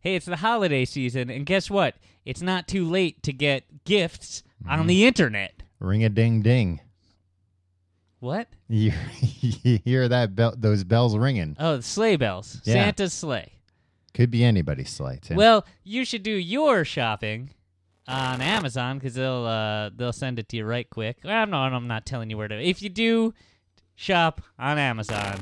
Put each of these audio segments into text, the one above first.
hey, it's the holiday season, and guess what? It's not too late to get gifts on the internet. Ring a ding ding. What? You, you hear that bell? Those bells ringing. Oh, the sleigh bells. Yeah. Santa's sleigh. Could be anybody's sleigh. Tim. Well, you should do your shopping on Amazon because they'll uh, they'll send it to you right quick. Well, I'm not I'm not telling you where to. If you do shop on Amazon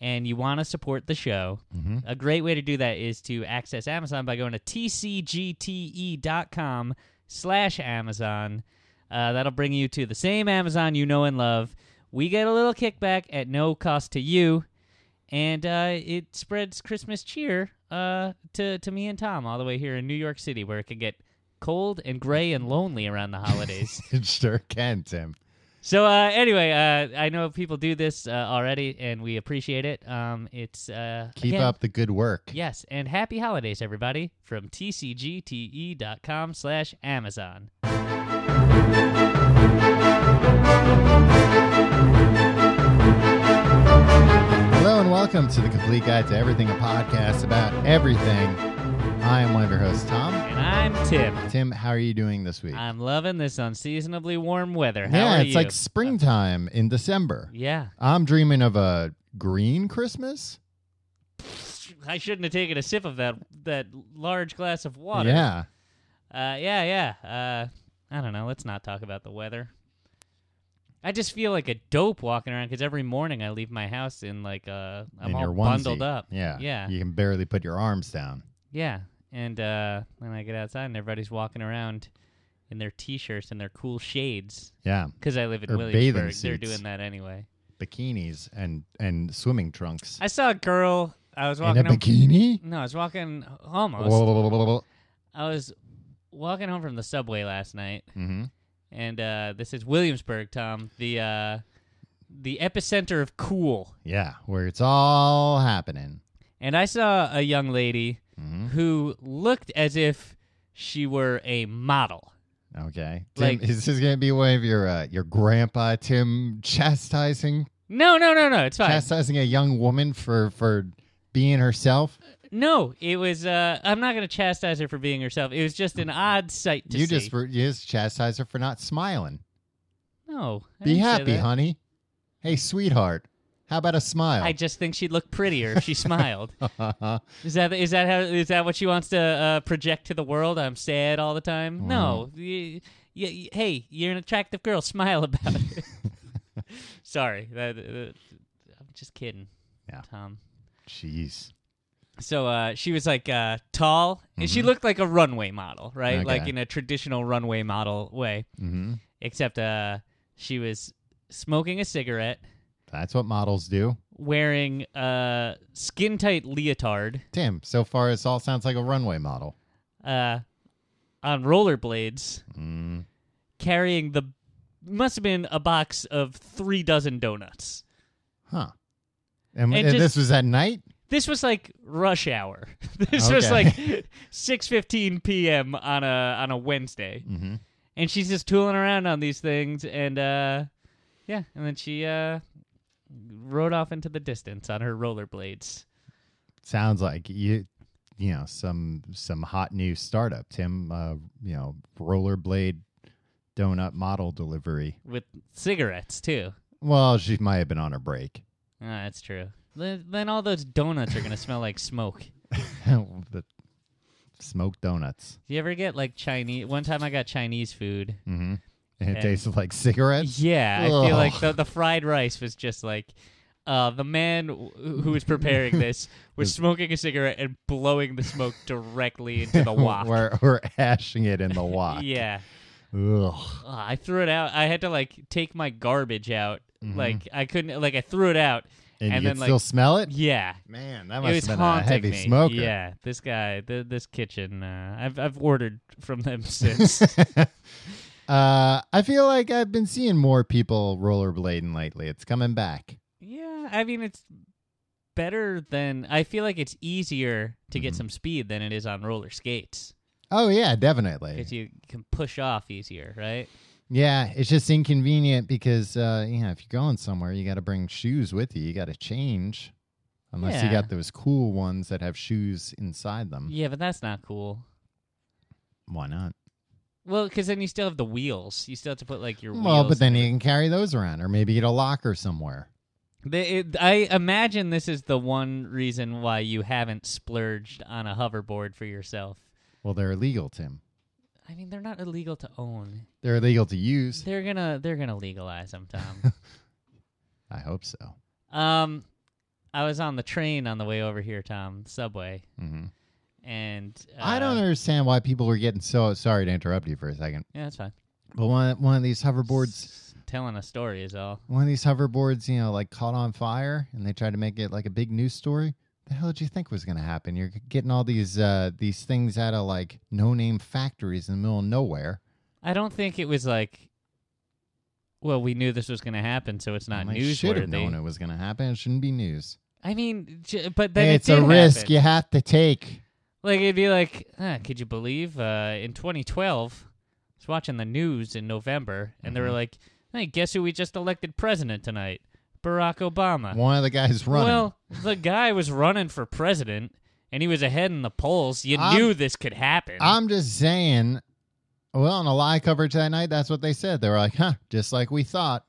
and you want to support the show, Mhm. a great way to do that is to access Amazon by going to tcgte.com E slash Amazon. Uh, that'll bring you to the same Amazon you know and love. We get a little kickback at no cost to you and uh, it spreads Christmas cheer uh, to to me and Tom all the way here in New York City, where it can get cold and gray and lonely around the holidays. it sure can, Tim. so uh, anyway, uh, I know people do this uh, already, and we appreciate it. Um, it's uh, Keep again- up the good work. Yes, and happy holidays, everybody, from tcgte.com E slash Amazon. Hello and welcome to the Complete Guide to Everything, a podcast about everything. I am one of your hosts, Tom. And I'm Tim. Tim, how are you doing this week? I'm loving this unseasonably warm weather. How yeah, are it's like you? springtime in December. yeah. I'm dreaming of a green Christmas. I shouldn't have taken a sip of that that large glass of water. Yeah. Uh, yeah, yeah. Uh, I don't know. Let's not talk about the weather. I just feel like a dope walking around because every morning I leave my house in like uh, I'm in all your onesie. bundled up. Yeah. yeah, You can barely put your arms down. yeah. And uh, then I get outside and everybody's walking around in their t-shirts and their cool shades Yeah. because I live in Or bathing Williamsburg. They're suits. doing that anyway. Bikinis and and swimming trunks. I saw a girl. I was In a walking. home- bikini? no, I was walking almost. Oh, I was walking home from the subway last night, hmm and uh, this is Williamsburg, Tom, the uh, the epicenter of cool. Yeah, where it's all happening. And I saw a young lady Mhm. who looked as if she were a model. Okay. Tim, Like- is this going to be one of your uh, your grandpa Tim chastising No, no, no, no. It's fine. chastising a young woman for for being herself? No, it was. Uh, I'm not going to chastise her for being herself. It was just an odd sight to you see. just were- you just chastise her for not smiling. no. I be didn't say happy, that. honey. Hey, sweetheart. How about a smile? I just think she'd look prettier if she smiled. Uh-huh. Is that is that how is that what she wants to uh, project to the world? I'm sad all the time. Mm. No, Y- y- y- hey, you're an attractive girl. Smile about it. Sorry, that, that- I'm just kidding. Yeah. Tom. Jeez. So uh, she was like uh, tall, and she looked like a runway model, right? Mm-hmm. Okay. Like in a traditional runway model way, hmm except uh, she was smoking a cigarette, That's what models do. wearing a skin tight leotard. Tim, so far this all sounds like a runway model. uh, on rollerblades, Mm. carrying the must have been a box of three dozen donuts. Huh. And, And and just- this was at night? This was like rush hour. This was like Okay. six fifteen p.m. on a on a Wednesday, Mm-hmm. and she's just tooling around on these things, and uh, yeah, and then she uh, rode off into the distance on her rollerblades. sounds like you you know some some hot new startup tim uh you know rollerblade donut model delivery With cigarettes too. well she might have been on a break Ah, that's true. Then then all those donuts are gonna smell like smoke. the smoked donuts Do you ever get like Chinese? One time I got Chinese food. mm-hmm. and it And- tasted like cigarettes Yeah, I feel like Ugh. the, the fried rice was just like uh, the man w- who was preparing this was smoking a cigarette and blowing the smoke directly into the wok. we're, we're ashing it in the wok Yeah, Ugh. Ugh, I threw it out. I had to like take my garbage out. Mm-hmm. Like I couldn't. Like I threw it out. and, And you then, can like- still smell it Yeah, man that it was must have been a haunting heavy me. smoker Yeah, this guy, th this kitchen. Uh, I've I've ordered from them since. uh i feel like i've been seeing more people rollerblading lately it's coming back Yeah, I mean it's better than I feel like it's easier to Mm-hmm. get some speed than it is on roller skates oh yeah definitely because you can push off easier, right? Yeah, it's just inconvenient because uh, you know if you're going somewhere, you got to bring shoes with you. You got to change. Unless you Yeah. got those cool ones that have shoes inside them. Yeah, but that's not cool. Why not? Well, because then you still have the wheels. You still have to put like your Well, wheels. but then you can carry those around or maybe get a locker somewhere. The- it- I imagine this is the one reason why you haven't splurged on a hoverboard for yourself. Well, they're illegal, Tim. I mean, they're not illegal to own. They're illegal to use. They're gonna they're gonna legalize them, Tom. I hope so. um, I was on the train on the way over here, Tom, subway, hmm and uh, I don't understand why people are getting so sorry to interrupt you for a second. Yeah, that's fine. But one one of these hoverboards, S- telling a story is all. one of these hoverboards, you know, like caught on fire, and they tried to make it like a big news story. The hell did you think was going to happen? You're getting all these uh, these things out of like no name factories in the middle of nowhere. I don't think it was like. Well, we knew this was going to happen, so it's not And they should have known newsworthy. it was going to happen. It shouldn't be news. I mean, j- but then it's it a did risk happen. you have to take. Like it'd be like, ah, could you believe uh, in 2012? I was watching the news in November, and they were Mhm. like, "Hey, guess who we just elected president tonight? Barack Obama." One of the guys Uh, running. Well, the guy was running for president, and he was ahead in the polls. You I'm- knew this could happen. I'm just saying. Well, on a live coverage that night, that's what they said. They were like, "Huh, just like we thought.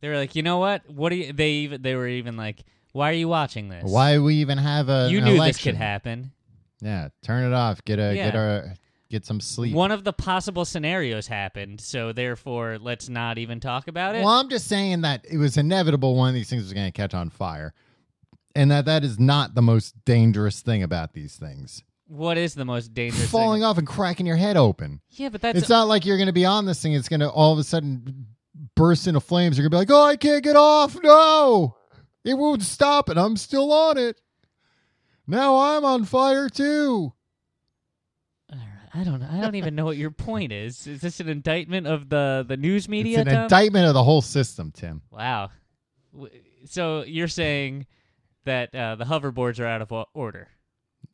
they were like, "You know what? What do you?" They even they were even like, "Why are you watching this? Why we even have a you an knew this election? could happen." Yeah, turn it off. Get a get Yeah. a get some sleep. One of the possible scenarios happened, so therefore, let's not even talk about it. well, I'm just saying that it was inevitable. One of these things was going to catch on fire, and that that is not the most dangerous thing about these things. What is the most dangerous? Falling thing? off and cracking your head open. Yeah, but that's it's not like you're going to be on this thing. It's going to all of a sudden burst into flames. You're going to be like, oh, I can't get off. No, it won't stop, and I'm still on it. Now I'm on fire too. All right. I don't. I don't even know what your point is. Is this an indictment of the the news media? it's an Tom? indictment of the whole system, Tim. wow. W- So you're saying that uh, the hoverboards are out of o- order?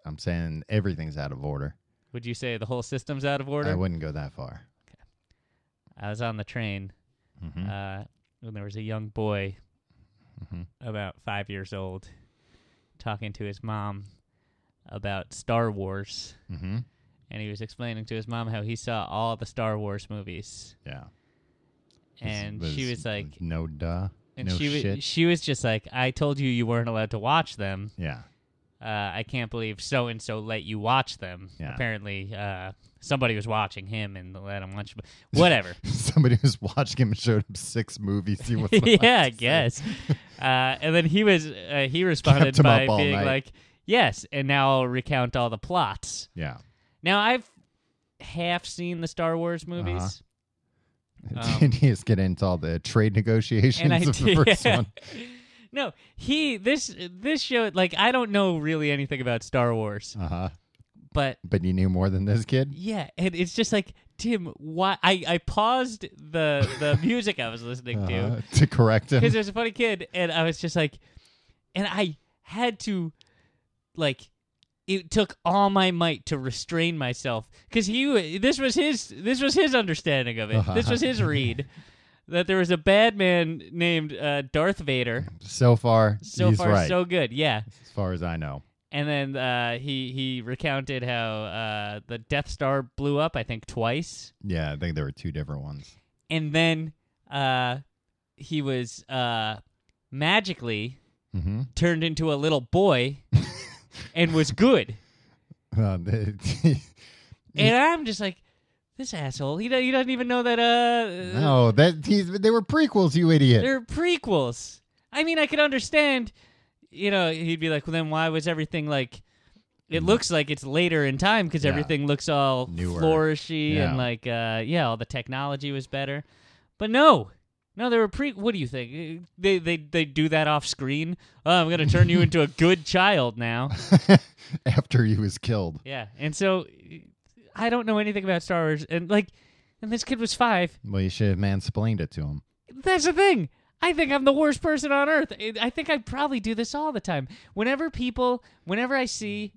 I'm saying everything's out of order. Would you say the whole system's out of I order? I wouldn't go that far. was on the train Mhm. uh, when there was a young boy, Mhm. about five years old, talking to his mom about Star Wars, Mhm. and he was explaining to his mom how he saw all the Star Wars movies, Yeah. and she was like, no duh. And no she was shit. she was just like, I told you you weren't allowed to watch them. yeah. Uh, I can't believe so and so let you watch them. Yeah. Apparently, uh, somebody was watching him and let him watch. Whatever. Somebody was watching him and showed him six movies. He wasn't allowed yeah, I to see. guess. uh, and then he was uh, he responded Kept him by up all being night. like, "Yes," and now I'll recount all the plots. Yeah. Now I've half seen the Star Wars Uh-huh. movies. Um, did he just get into all the trade negotiations of the did- first one? No, he this this show like I don't know really anything about Star Wars, Uh huh. but But you knew more than this kid. Yeah, and it's just like Tim. Why I, I paused the the music I was listening to Uh-huh. To correct him. because it was a funny kid, and I was just like, and I had to, like, it took all my might to restrain myself because he this was his this was his understanding of it. Uh-huh. This was his read that there was a bad man named uh, Darth Vader. So far, So he's far, right. so good. Yeah. as far as I know. And then uh, he he recounted how uh, the Death Star blew up, I think, twice. Yeah, I think there were two different ones. and then uh, he was uh, magically Mm-hmm. turned into a little boy and was good. Uh, And I'm just like, this asshole. He, do- he doesn't even know that. Uh, no, that he's, they were prequels, you idiot. they're prequels. I mean, I could understand. You know, he'd be like, well, then why was everything like? It looks like it's later in time because Mm. Yeah. everything looks all Newer. flourishy Yeah. and like, uh, yeah, all the technology was better. But no, no, they were pre. What do you think? Uh, They they they do that off screen. Oh, I'm gonna turn you into a good child now. After he was killed. Yeah, and so I don't know anything about Star Wars, and like, and this kid was five. Well, you should have mansplained it to him. That's the thing. I think I'm the worst person on earth. I- I think I probably do this all the time. Whenever people, whenever I see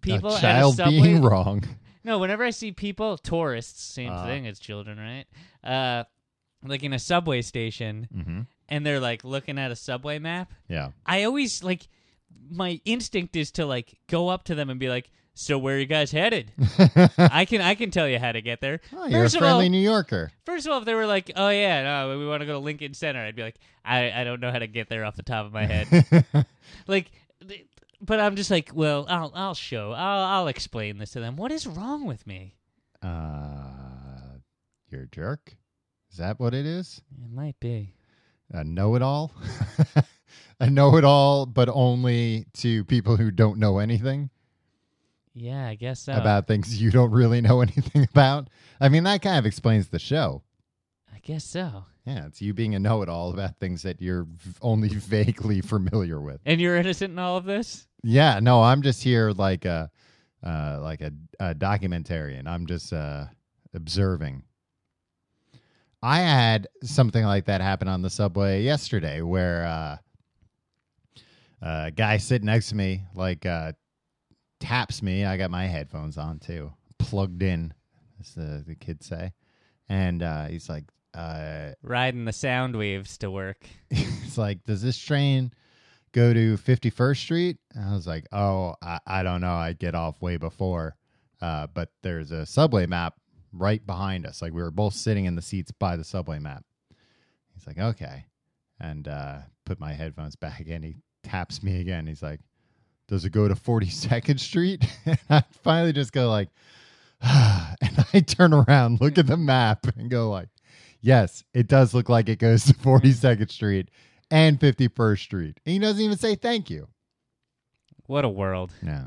people a at a child subway, being wrong. no, whenever I see people, tourists, same Uh-huh. thing as children, right? Uh, like in a subway station, Mm-hmm. and they're like looking at a subway map. Yeah. I always like my instinct is to like go up to them and be like, "So where are you guys headed? I can I can tell you how to get there." Oh, you're a First of all- friendly New Yorker. First of all, if they were like, "Oh yeah, no, we want to go to Lincoln Center," I'd be like, "I I don't know how to get there off the top of my head." like, th- but I'm just like, "Well, I'll I'll show. I'll I'll explain this to them. What is wrong with me?" uh, you're a jerk. Is that what it is? It might be. A know it all? a know it all, but only to people who don't know anything Yeah, I guess so. about things you don't really know anything about. I mean, that kind of explains the show. I guess so. Yeah, it's you being a know it all about things that you're v- only vaguely familiar with. And you're innocent in all of this. Yeah, no, I'm just here like a uh, like a, a documentarian. I'm just uh, observing. I had something like that happen on the subway yesterday, where uh, a guy sitting next to me like uh, taps me. I got my headphones on too, plugged in, as the, the kids say, and uh, he's like, uh, Riding the sound waves to work. it's like, does this train go to 51st Street? And I was like, oh, I, I don't know. I'd get off way before. Uh, but there's a subway map right behind us. Like we were both sitting in the seats by the subway map. He's like, okay. And uh, put my headphones back in. He taps me again. He's like, does it go to 42nd Street? and I finally just go like, and I turn around, look at the map, and go like, yes, it does look like it goes to 42nd Street and 51st Street. And he doesn't even say thank you. What a world. No. Uh,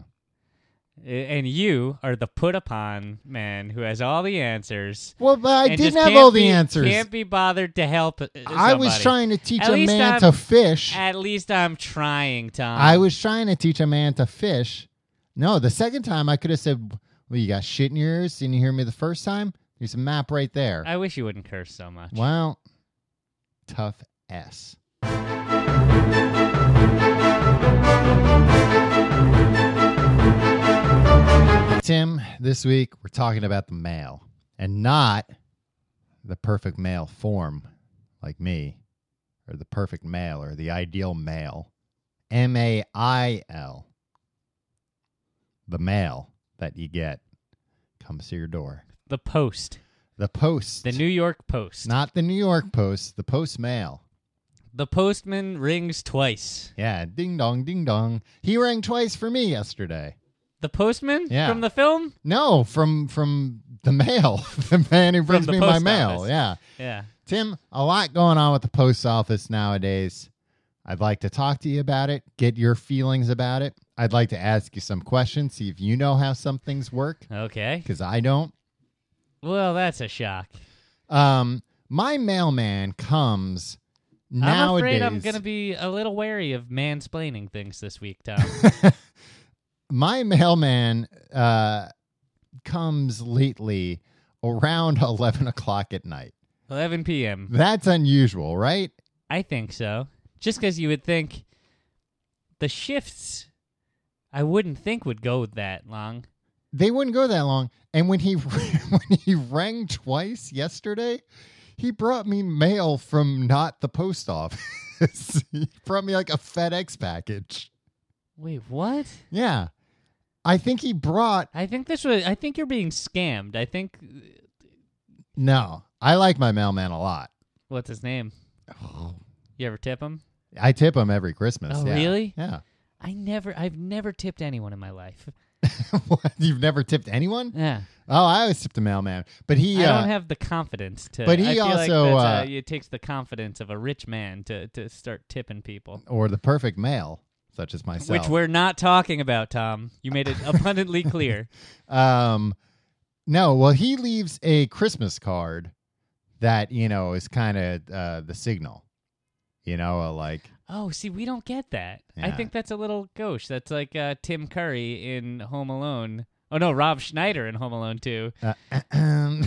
And you are the put upon man who has all the answers. Well, but I and didn't just have can't all the be- answers. Can't be bothered to help. uh, I was somebody. trying to teach At a least man I'm- to fish. At least I'm trying, Tom. I was trying to teach a man to fish. No, the second time I could have said, well, you got shit in your ears. Didn't you hear me the first time? There's a map right there. I wish you wouldn't curse so much. Wow. Tough S. Tim, this week we're talking about the mail and not the perfect male form like me or the perfect male or the ideal male. M A I L. The mail that you get comes to your door. The Post, The post. the New York Post. Not the New York Post, the Post Mail. the postman rings twice. Yeah, ding dong, ding dong. He rang twice for me yesterday. The postman Yeah. from the film. No, from from the mail, the man who brings the me my post mail. office. Yeah, Yeah. Tim, a lot going on with the post office nowadays. I'd like to talk to you about it, get your feelings about it. I'd like to ask you some questions, see if you know how some things work, Okay. because I don't. Well, that's a shock. Um, my mailman comes nowadays. I'm afraid I'm gonna be a little wary of mansplaining things this week, Tom. my mailman uh, comes lately around 11 o'clock at night. 11 p.m. That's unusual, right? I think so. Just because you would think the shifts, I wouldn't think would go that long. They wouldn't go that long. And when he when he rang twice yesterday, he brought me mail from not the post office. he brought me like a FedEx package. Wait, what? Yeah. I think he brought I think this was. I think you're being scammed. I think no. I like my mailman a lot. what's his name? You ever tip him? I tip him every Christmas. Oh, yeah. really? Yeah. I never. I've never tipped anyone in my life. What? You've never tipped anyone? Yeah, Oh, I always tipped the mailman, but he. I uh, don't have the confidence to. But he I feel like also, that's, uh, it takes the confidence of a rich man to to start tipping people, or the perfect male, such as myself. which we're not talking about, Tom. You made it abundantly clear. Um, no, well, he leaves a Christmas card that you know is kind of uh, the signal. You know, uh, like Oh, see, we don't get that. I Yeah. think that's a little gauche. That's like uh, Tim Curry in Home Alone. Oh no, Rob Schneider in Home Alone too. uh,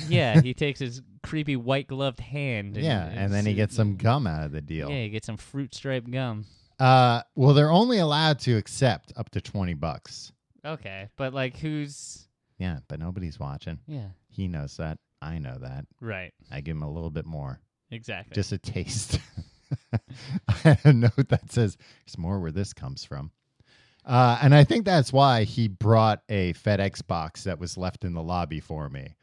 Yeah, he takes his creepy white gloved hand. And, yeah, and then he gets some gum out of the deal. Yeah, he gets some fruit stripe gum. Uh, well, they're only allowed to accept up to twenty bucks. Okay, but like, who's? Yeah, but nobody's watching. Yeah, He knows that. I know that. right. I give him a little bit more. Exactly. just a taste. I had a note that says, "There's more where this comes from." Uh, and I think that's why he brought a FedEx box that was left in the lobby for me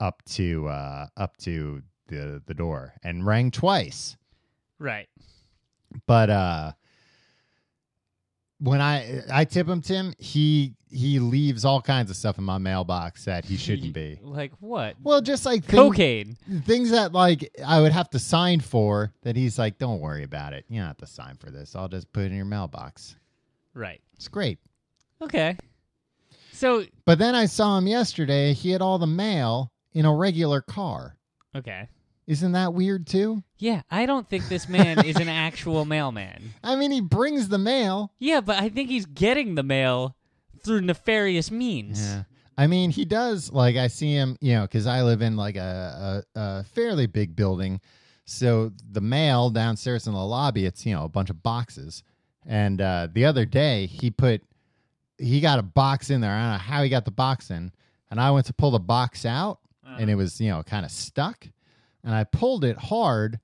up to uh, up to the the door and rang twice. Right. But uh, when I I tip him, Tim, he he leaves all kinds of stuff in my mailbox that he shouldn't be. Like what? Well, just like thing- Cocaine. things that like I would have to sign for that he's like, don't worry about it. You don't have to sign for this. I'll just put it in your mailbox. Right. It's great. Okay. So But then I saw him yesterday. He had all the mail in a regular car. okay. Isn't that weird too? Yeah, I don't think this man is an actual mailman. I mean, he brings the mail. Yeah, but I think he's getting the mail through nefarious means. I mean, he does. Like, I see him, you know, because I live in like a, a, a fairly big building. So the mail downstairs in the lobby, it's, you know, a bunch of boxes. And uh, the other day, he put, he got a box in there. I don't know how he got the box in. And I went to pull the box out and it was, you know, kind of stuck. And I pulled it hard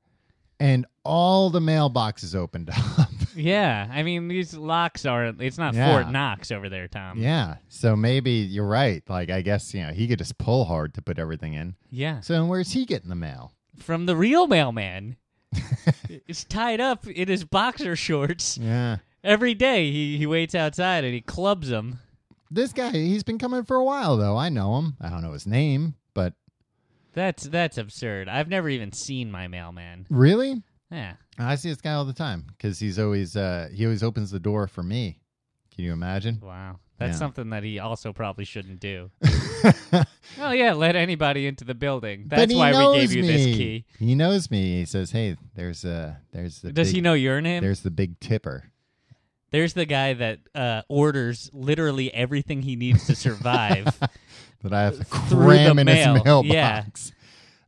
and all the mailboxes opened up. Yeah, I mean these locks aren't. It's not Yeah. Fort Knox over there, Tom. yeah. So maybe you're right. Like, I guess, you know, he could just pull hard to put everything in. Yeah, So then where's he getting the mail? from the real mailman. it's tied up in his boxer shorts. Yeah. Every day he, he waits outside and he clubs them. This guy, he's been coming for a while though. I know him. I don't know his name, but That's that's absurd. I've never even seen my mailman. Eh, really? Yeah. I see this guy all the time cuz he's always uh he always opens the door for me. Can you imagine? Wow. That's Yeah. something that he also probably shouldn't do. well, yeah, let anybody into the building. But That's he why we gave knows you this me. key. He knows me. He says, "Hey, there's uh there's the Does big, he know your name? There's, there's the big tipper." the guy that uh, orders literally everything he needs to survive. that I have to Through cram the in mail. his Yeah. mailbox.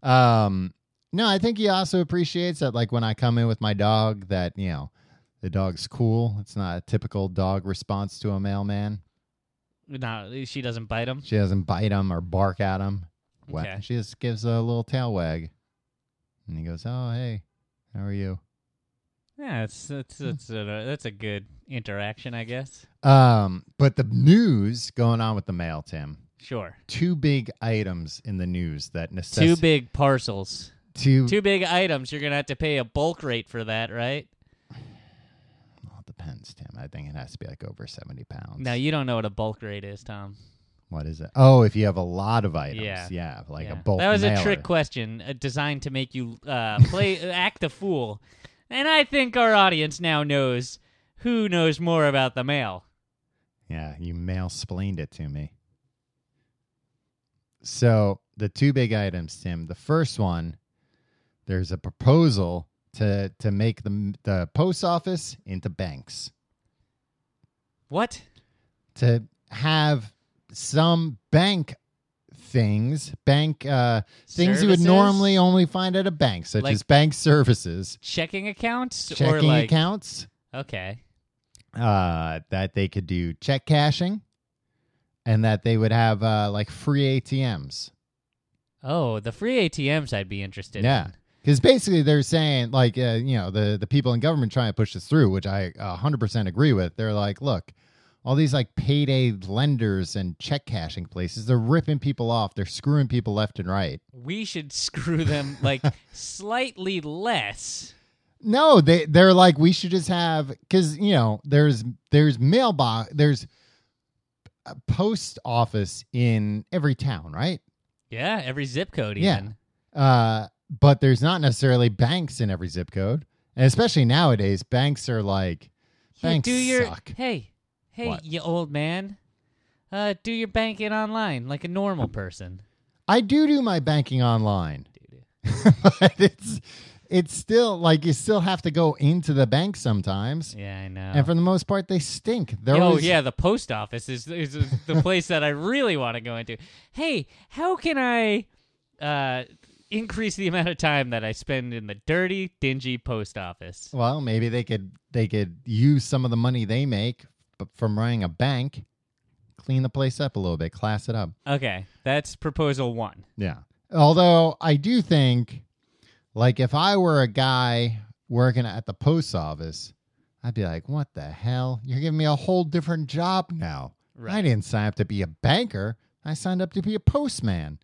Um, no, I think he also appreciates that, like when I come in with my dog, that you know, the dog's cool. It's not a typical dog response to a mailman. no, she doesn't bite him. She doesn't bite him or bark at him. Wa- Okay. She just gives a little tail wag, and he goes, "Oh, hey, how are you?" Yeah, it's that's that's a, that's a good interaction, I guess. Um, but the news going on with the mail, Tim. Sure. Two big items in the news that Two necessitate big parcels. two, Two big items. You're gonna have to pay a bulk rate for that, right? Well, it depends, Tim. I think it has to be like over seventy pounds. Now you don't know what a bulk rate is, Tom. What is it? Oh, if you have a lot of items, yeah, Yeah. like a Yeah. bulk. That was a mailer. trick question, uh, designed to make you uh, play act the fool. And I think our audience now knows who knows more about the mail. Yeah, you mail splained it to me. So the two big items, Tim. The first one, there's a proposal to to make the the post office into banks What? to have some bank things, bank uh, things you would Services? normally only find at a bank, such Like- as bank services, checking accounts or checking like accounts. okay, uh, that they could do check cashing and that they would have uh, like free ATMs. oh, the free ATMs I'd be interested. yeah. in. Because basically they're saying, like, uh, you know, the, the people in government trying to push this through, which I uh, 100% agree with. They're like, look, all these like payday lenders and check cashing places, they're ripping people off. They're screwing people left and right. we should screw them like slightly less. No, they they're like we should just have because you know there's there's mailbox there's a post office in every town, right? Yeah, every zip code. Even. Yeah. Uh, but there's not necessarily banks in every zip code, and especially nowadays, banks are like Yeah, banks do your suck. hey, hey, What? you old man. Uh, do your banking online like a normal person. I do do my banking online, but it's it's still like you still have to go into the bank sometimes, Yeah, I know. and for the most part, they stink. They're oh always- yeah, the post office is is the place that I really want to go into. Hey, how can I uh increase the amount of time that I spend in the dirty, dingy post office? Well, maybe they could they could use some of the money they make b- from running a bank, clean the place up a little bit, class it up. Okay, that's proposal one. Yeah. Although I do think, like, if I were a guy working at the post office, I'd be like, what the hell? You're giving me a whole different job now. I didn't sign up to be a banker. I signed up to be a postman.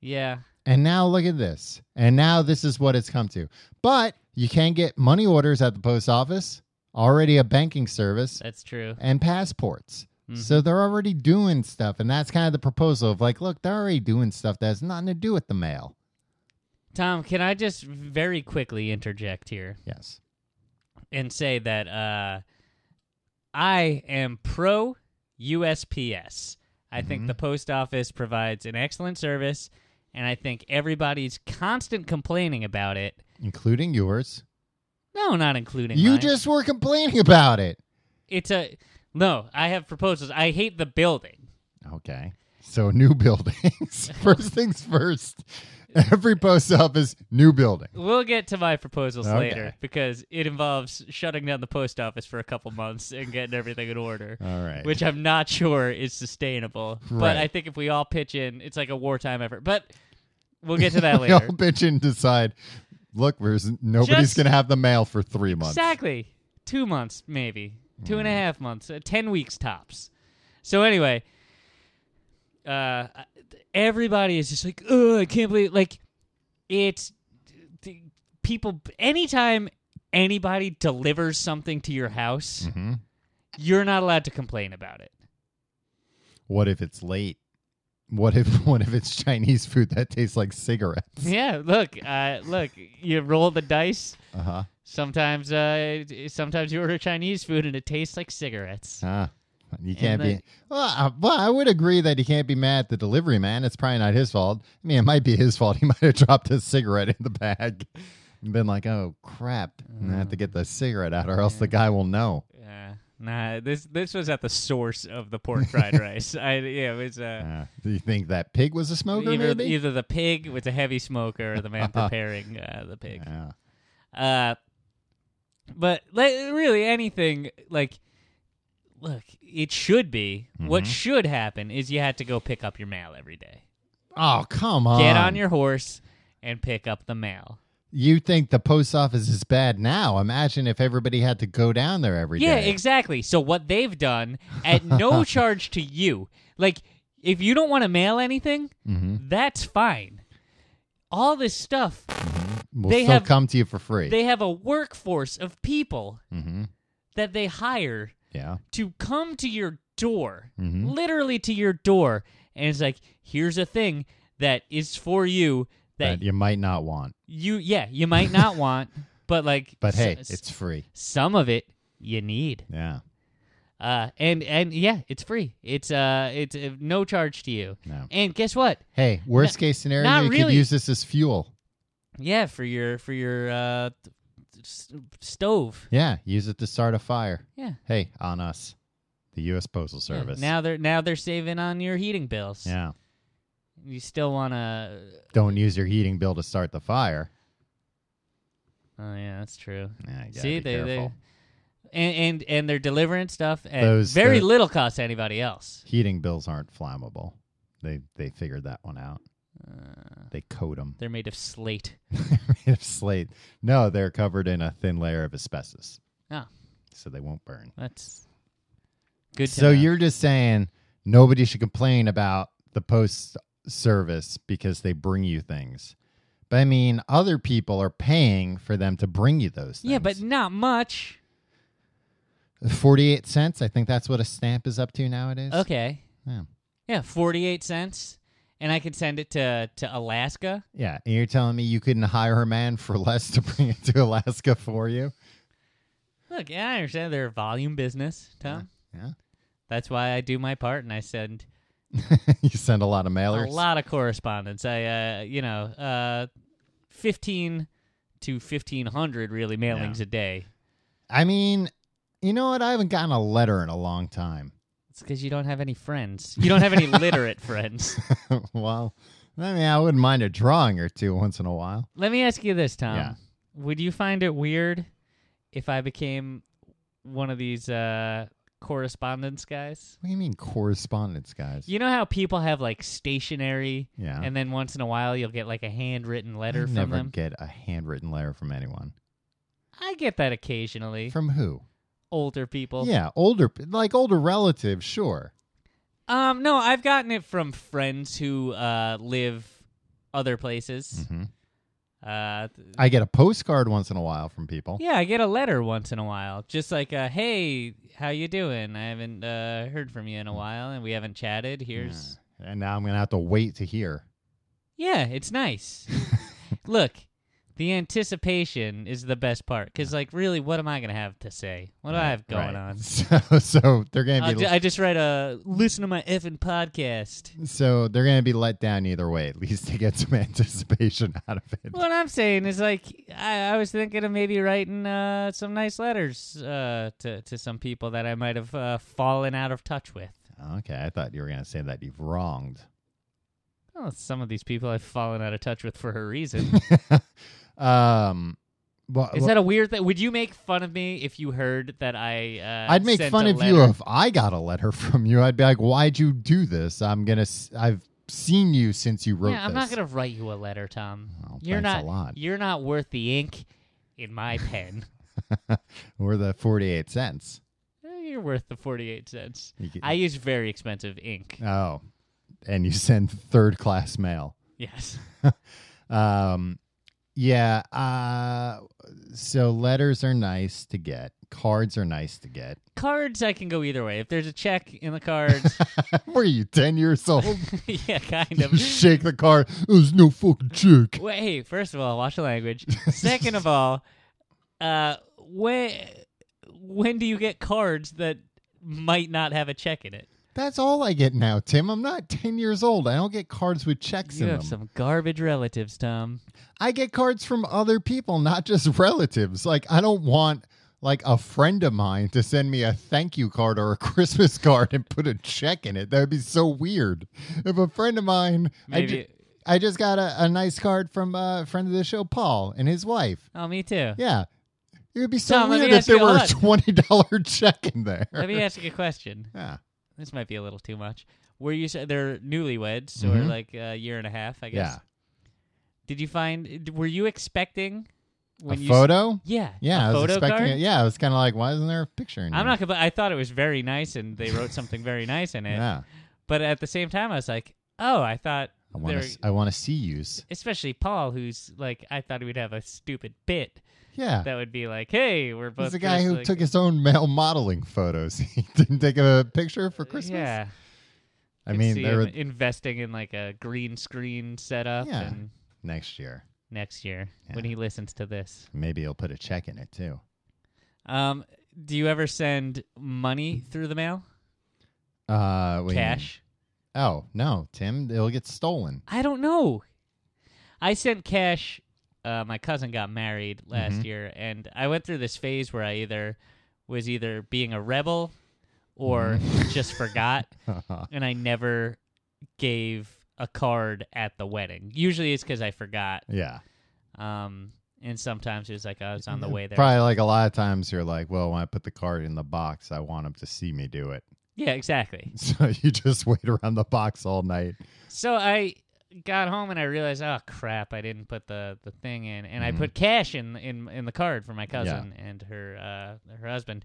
Yeah. And now look at this. And now this is what it's come to. But you can get money orders at the post office, already a banking service, That's true. and passports. Mhm. So they're already doing stuff. And that's kind of the proposal of like, look, they're already doing stuff that has nothing to do with the mail. Tom, can I just very quickly interject here Yes. and say that uh, I am pro USPS. I Mm-hmm. think the post office provides an excellent service, and I think everybody's constant complaining about it. Including yours. No, not including You mine. just were complaining about it. It's a no. I have proposals. I hate the building. Okay. So new buildings. first things first. Every post office, new building. We'll get to my proposals Okay. later because it involves shutting down the post office for a couple months and getting everything in order. All right. which I'm not sure is sustainable. But Right. I think if we all pitch in, it's like a wartime effort. But we'll get to that we all later. bitch and decide. Look, there's nobody's Just- gonna have the mail for three months. exactly. Two months, maybe. two Mm. and a half months. Uh, ten weeks tops. So, anyway, uh, I- everybody is just like, oh, I can't believe Like, it's th- people, anytime anybody delivers something to your house, Mhm. you're not allowed to complain about it. What if it's late? What if what if it's Chinese food that tastes like cigarettes? Yeah, look, uh, look, you roll the dice. Uh huh. Sometimes, uh, it- sometimes you order Chinese food and it tastes like cigarettes. Ah, you can't the- be. Well I, well, I would agree that he can't be mad at the delivery man. It's probably not his fault. I mean, it might be his fault. He might have dropped his cigarette in the bag and been like, "Oh crap, I have to get the cigarette out, or else the guy will know." Yeah, nah, this this was at the source of the pork fried rice. I yeah, it was uh, Uh, do you think that pig was a smoker? either maybe. either the pig was a heavy smoker or the man preparing uh, the pig. Yeah. Uh, but like, really, anything like. Look, it should be. What should happen is you had to go pick up your mail every day. Oh come on! Get on your horse and pick up the mail. you think the post office is bad now. Imagine if everybody had to go down there every day. Yeah, exactly. So what they've done at no charge to you, like if you don't want to mail anything, Mm-hmm. that's fine. All this stuff, We'll they still have- come to you for free. they have a workforce of people hmm that they hire Yeah. to come to your door, Mm-hmm. literally to your door, and it's like, here's a thing that is for you that That you might not want. you, yeah, you might not want, but like, s- But hey, s- it's free. some of it you need. Yeah. Uh, and and yeah, it's free. It's uh, it's uh, no charge to you. No. And guess what? Hey, worst case scenario, not you could really. use this as fuel. Yeah, for your for your uh, th- s- stove. Yeah, use it to start a fire. Yeah. Hey, on us, the U.S. Postal Yeah, Service. Now they're now they're saving on your heating bills. yeah. You still wanna? uh, Don't use your heating bill to start the fire. Oh yeah, that's true. Yeah, you gotta See, be they careful. they and, and and they're delivering stuff at Those- very the- little cost to anybody else. Heating bills aren't flammable. They they figured that one out. they coat them. Uh, They're made of slate. made of slate. No, they're covered in a thin layer of asbestos, Oh, so they won't burn. that's good. To So know. you're just saying nobody should complain about the post service because they bring you things. But I mean, other people are paying for them to bring you those things. yeah, but not much. 48 cents, I think that's what a stamp is up to nowadays. Okay. Yeah. Yeah, 48 cents. And I could send it to, to Alaska. Yeah. And you're telling me you couldn't hire a man for less to bring it to Alaska for you? Look, yeah, I understand they're a volume business, Tom. Yeah. That's why I do my part and I send you send a lot of mailers. a lot of correspondence. I, uh, you know, uh, 15 to 1,500 really mailings a day. I mean, you know what? I haven't gotten a letter in a long time. It's because you don't have any friends. You don't have any literate friends. well, I mean, I wouldn't mind a drawing or two once in a while. Let me ask you this, Tom. Yeah. Would you find it weird if I became one of these uh, correspondence guys? What do you mean correspondence, guys? You know how people have like stationery, Yeah. and then once in a while you'll get like a handwritten I letter from never them. get a handwritten letter from anyone. I get that occasionally. From who? older people. Yeah, older like older relatives, sure. Um, no, I've gotten it from friends who uh, live other places. Mhm. Uh, th- I get a postcard once in a while from people. yeah, I get a letter once in a while, just like, uh, "Hey, how you doing? I haven't uh, heard from you in Hmm. a while, and we haven't chatted. Here's And now I'm going to have to wait to hear. yeah, it's nice. Look." The anticipation is the best part because, like, really, what am I going to have to say? What do I have going Right. on? So, so they're going I'll to be ju- I just write a listen to my effing podcast. so they're going to be let down either way. At least they get some anticipation out of it. What I'm saying is, like, I, I was thinking of maybe writing uh, some nice letters uh, to to some people that I might have uh, fallen out of touch with. Okay, I thought you were going to say that you've wronged. Well, some of these people I've fallen out of touch with for a reason. um well, is that a weird thing? Would you make fun of me if you heard that I? Uh, I'd make sent fun a of you letter? if I got a letter from you. I'd be like, "Why'd you do this? I'm gonna. S- I've seen you since you wrote yeah, I'm this. not gonna write you a letter, Tom. Oh, you're not. thanks a lot. You're not worth the ink in my pen. or the 48 cents. Eh, you're worth the forty-eight cents. You get- I use very expensive ink. oh, and you send third class mail. Yes. Um, yeah. Uh, so letters are nice to get. Cards are nice to get. cards I can go either way. If there's a check in the cards, Were you 10 years old? yeah, kind you of. shake the card. There's no fucking check. Wait, hey, first of all, watch the language. Second of all, uh, when when do you get cards that might not have a check in it? That's all I get now, Tim. I'm not 10 years old. I don't get cards with checks You in have them. some garbage relatives, Tom. I get cards from other people, not just relatives. Like I don't want like a friend of mine to send me a thank you card or a Christmas card and put a check in it. That would be so weird. If a friend of mine, I, Maybe. ju- I just got a, a nice card from a friend of the show, Paul, and his wife. Oh, me too. Yeah, it would be so Tom, let me weird if ask you- there were a hold on. twenty dollar check in there. Let me ask you a question. yeah, This might be a little too much. Were you s- they're newlyweds or Mhm. like a year and a half? I guess. yeah. Did you find? Were you expecting A when you? s- photo. yeah. yeah, A I was photo expecting card? it. Yeah, I was kind of like, why isn't there a picture in I'm here? not gonna. I thought it was very nice, and they wrote something very nice in it. Yeah, But at the same time, I was like, oh, I thought I there- want to. I want to see yous. especially Paul, who's like, I thought he would have a stupid bit Yeah. that would be like, hey, we're both. He's the guy just, who like- uh, took his own male modeling photos. he didn't take a picture for Christmas. Uh, Yeah, I Could mean, see there him were, investing in like a green screen setup. Yeah. And next year next year, Yeah. when he listens to this, maybe he'll put a check in it too. um, do you ever send money through the mail, Uh, what do you mean? cash? Oh no, Tim, it'll get stolen. I don't know. I sent cash. Uh, my cousin got married last Mhm. year, and I went through this phase where I either was either being a rebel or Mm-hmm. just forgot, and I never gave a card at the wedding. Usually, it's because I forgot. yeah, Um, and sometimes it was like I was on the way there. Probably like a lot of times you're like, well, when I put the card in the box, I want him to see me do it. Yeah, exactly. So you just wait around the box all night. So I got home and I realized, oh crap, I didn't put the, the thing in, and Mhm. I put cash in in in the card for my cousin and her uh, her husband.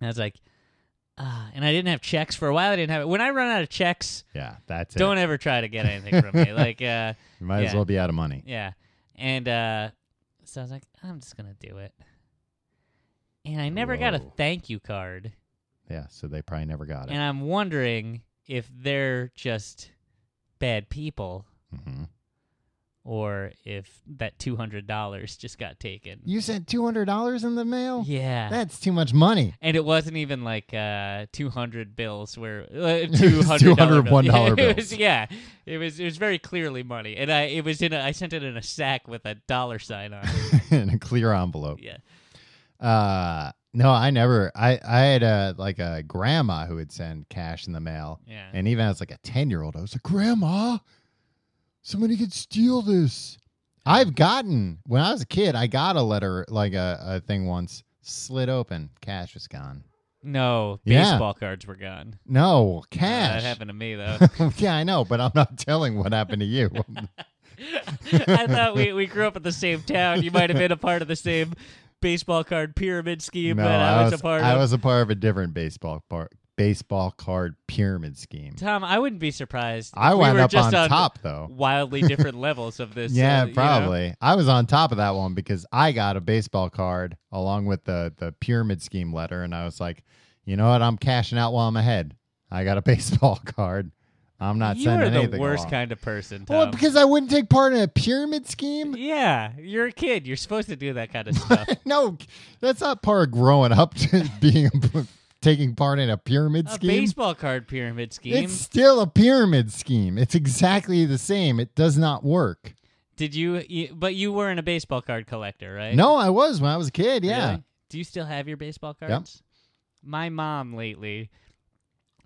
And I was like, ah, and I didn't have checks for a while. I didn't have it. When I run out of checks, Yeah, that's don't it. ever try to get anything from me. Like, uh, You might as yeah. well be out of money. yeah, and uh, so I was like, I'm just gonna do it. And I never got a Whoa. thank you card. Yeah, so they probably never got And it. I'm wondering if they're just bad people hmm or if that two hundred dollars just got taken. You sent two hundred dollars in the mail. yeah. That's too much money. and it wasn't even like uh, two hundred bills, where uh, was two hundred dollar $201 bills. It was, yeah, it was it was very clearly money, and I it was in a, I sent it in a sack with a dollar sign on. it. in a clear envelope. yeah, Uh no, I never I I had a like a grandma who would send cash in the mail. yeah. And even as like a 10-year-old, I was like, "Grandma, somebody could steal this." I've gotten when I was a kid, I got a letter like a, a thing once slid open, cash was gone. no, Yeah. baseball cards were gone. No, Uh, that cash. happened to me though. yeah, I know, but I'm not telling what happened to you. I thought we, we grew up in the same town. You might have been a part of the same baseball card pyramid scheme no, that I, was, a part I of. was a part of a different baseball part, baseball card pyramid scheme. Tom, I wouldn't be surprised. I if we wound were up just on top though. Wildly different levels of this. Yeah, uh, you know? probably. I was on top of that one because I got a baseball card along with the the pyramid scheme letter, and I was like, you know what? I'm cashing out while I'm ahead. I got a baseball card. I'm not you sending are the anything. worst along. kind of person, Tom. Well, because I wouldn't take part in a pyramid scheme. yeah, you're a kid. You're supposed to do that kind of stuff. No, that's not part of growing up to being taking part in a pyramid a scheme. baseball card pyramid scheme. It's still a pyramid scheme. It's exactly the same. It does not work. Did you, you? But you weren't a baseball card collector, right? No, I was when I was a kid. Yeah. Really? Do you still have your baseball Yep. cards? My mom lately,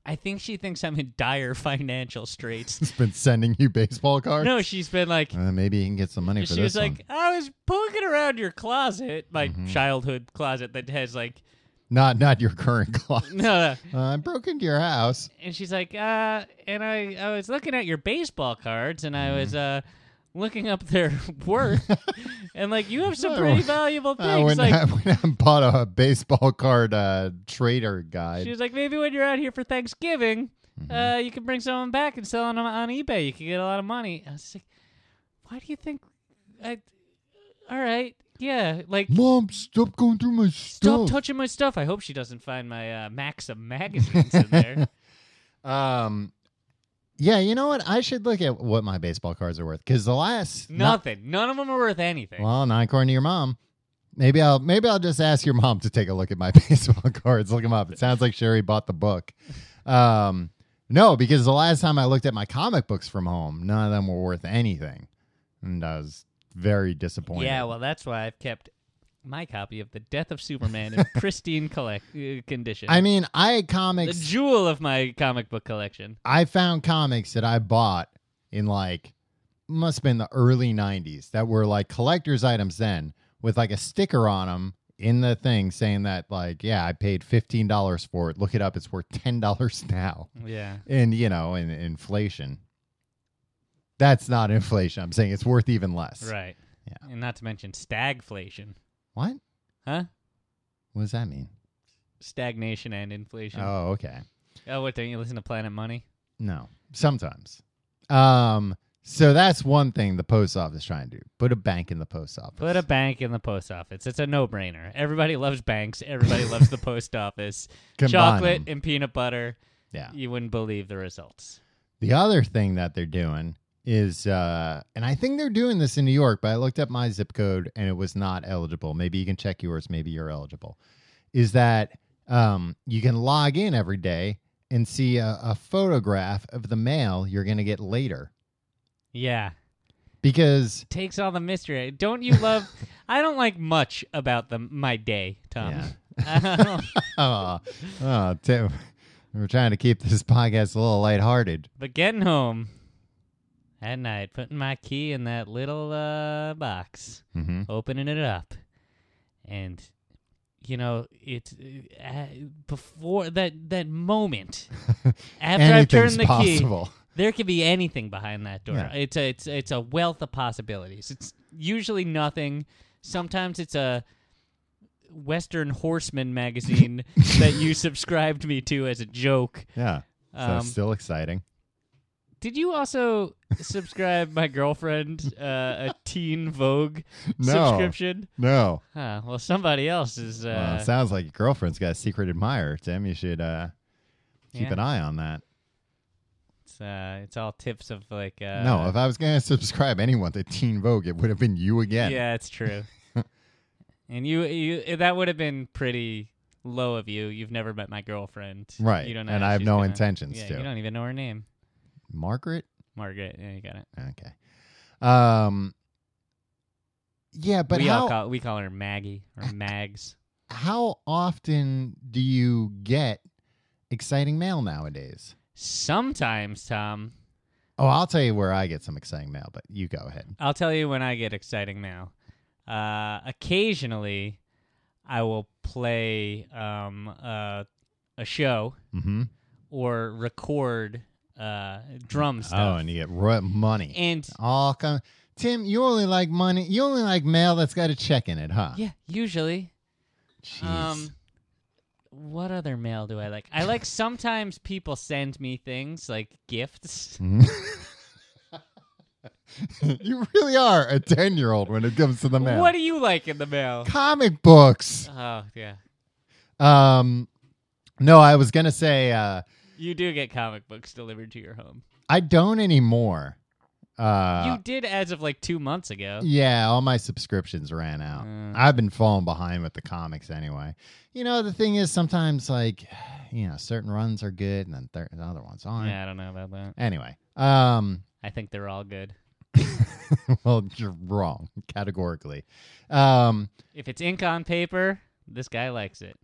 I think she thinks I'm in dire financial straits. It's been sending you baseball cards. no, she's been like, Uh, maybe you can get some money for she this was like, one. Mm-hmm. I was poking around your closet, my childhood closet that has like, Not not your current closet. no, no. Uh, I broke into your house. and she's like, uh, and I, I was looking at your baseball cards, and I was, Mm. uh. Looking up their worth, and like you have some I pretty went- valuable I things. went, Like I went out and bought a baseball card uh, trader guide. She was like, maybe when you're out here for Thanksgiving, Mm-hmm. uh, you can bring someone back and sell them on eBay. You can get a lot of money. I was just like, why do you think? I, all right, yeah, like Mom, stop going through my stop stuff. touching my stuff. I hope she doesn't find my uh, Maxim magazines in there. um, yeah, you know what? I should look at what my baseball cards are worth because the last not- Nothing. None of them are worth anything. Well, not according to your mom. Maybe I'll maybe I'll just ask your mom to take a look at my baseball cards. Look them up. It sounds like Sherry bought the book. Um, no, because the last time I looked at my comic books from home, none of them were worth anything, and I was very disappointed. yeah, well, that's why I've kept my copy of the Death of Superman in pristine collect- uh, condition. I mean, I had the comics. jewel of my comic book collection. I found comics that I bought in like must have been the early 90s that were like collector's items then with like a sticker on them in the thing saying that like yeah I paid $15 for it look it up it's worth $10 now Yeah. and you know in inflation that's not inflation I'm saying it's worth even less Right. Yeah. And not to mention stagflation. what Huh? what does that mean stagnation and inflation. Oh, oh okay what don't you listen to Planet Money? No, sometimes. Um, so that's one thing the post office is trying to do. Put a bank in the post office. Put a bank in the post office. It's a no-brainer. Everybody loves banks. Everybody loves the post office. Combine Chocolate them. and peanut butter. Yeah. You wouldn't believe the results. The other thing that they're doing is, uh, and I think they're doing this in New York, but I looked up my zip code and it was not eligible. Maybe you can check yours. Maybe you're eligible. Is that um, you can log in every day and see a, a photograph of the mail you're going to get later Yeah, because takes all the mystery. Don't you love? I don't like much about the my day, Tom. Yeah. I don't- oh, oh, Tim, we're trying to keep this podcast a little lighthearted. but getting home at night, putting my key in that little uh, box. Mm-hmm. opening it up, and you know it's uh, before that that moment after I've turned Anything's the key, possible. there could be anything behind that door. Yeah. It's a it's it's a wealth of possibilities. It's usually nothing. Sometimes it's a Western Horseman magazine that you subscribed me to as a joke. Yeah. So Um, still exciting. did you also subscribe my girlfriend uh, a Teen Vogue No. subscription? No. Huh, well, somebody else is. Uh, well, it sounds like your girlfriend's got a secret admirer, Tim. You should uh, keep Yeah. an eye on that. It's, uh, it's all tips of like. Uh, no, if I was going to subscribe anyone to Teen Vogue, it would have been you again. yeah, it's true. and you, you, that would have been pretty low of you. You've never met my girlfriend, Right, You don't know and how I have she's no gonna- intentions yeah, to. You don't even know her name, Margaret? Margaret. Yeah, you got it. Okay. Um, yeah, but we all how, call we call her Maggie or Mags. how often do you get exciting mail nowadays? Sometimes, Tom, Oh, I'll tell you where I get some exciting mail, but you go ahead. I'll tell you when I get exciting mail. Uh, occasionally, I will play um, uh, a show Mm-hmm. or record uh, drum Oh, stuff. and you get ro- money. and all come Tim, you only like money. You only like mail that's got a check in it, huh? Yeah, usually. Jeez. Um, what other mail do I like? I like sometimes people send me things like gifts. you really are a 10 year old when it comes to the mail. What do you like in the mail? Comic books. Oh yeah, Um, no, I was going to say uh, you do get comic books delivered to your home. I don't anymore. Uh, you did as of like two months ago. yeah, all my subscriptions ran out. Mm. I've been falling behind with the comics anyway. You know, the thing is sometimes, like, you know, certain runs are good and then thir- the other ones aren't. Yeah, I don't know about that. Anyway, um, I think they're all good. well, you're wrong categorically. Um, If it's ink on paper, this guy likes it.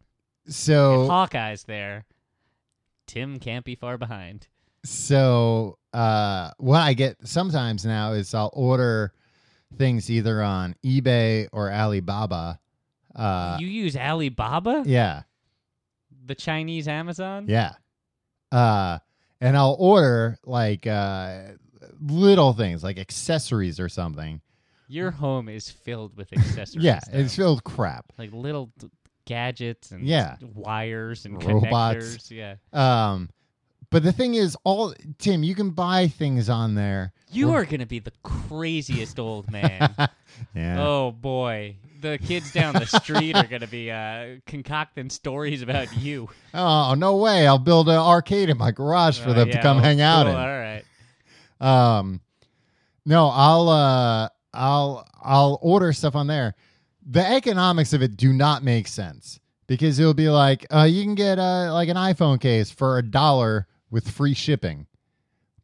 If so, Hawkeye's there, Tim can't be far behind. so, uh, what I get sometimes now is I'll order things either on eBay or Alibaba. Uh, you use Alibaba, yeah, the Chinese Amazon. yeah. Uh, and I'll order like, uh, little things like accessories or something. Your home is filled with accessories. Yeah, though. it's filled crap. like little d- gadgets and Yeah. wires and Robots. connectors. Yeah, Um, but the thing is, all Tim, you can buy things on there. you We're- are gonna be the craziest old man. Yeah. oh boy, the kids down the street are gonna be uh, concocting stories about you. Oh no way! I'll build an arcade in my garage for Uh, them yeah, to come oh, hang out cool, All right. in. Um, no, I'll uh, I'll I'll order stuff on there. The economics of it do not make sense because it'll be like uh, you can get uh, like an iPhone case for a dollar with free shipping,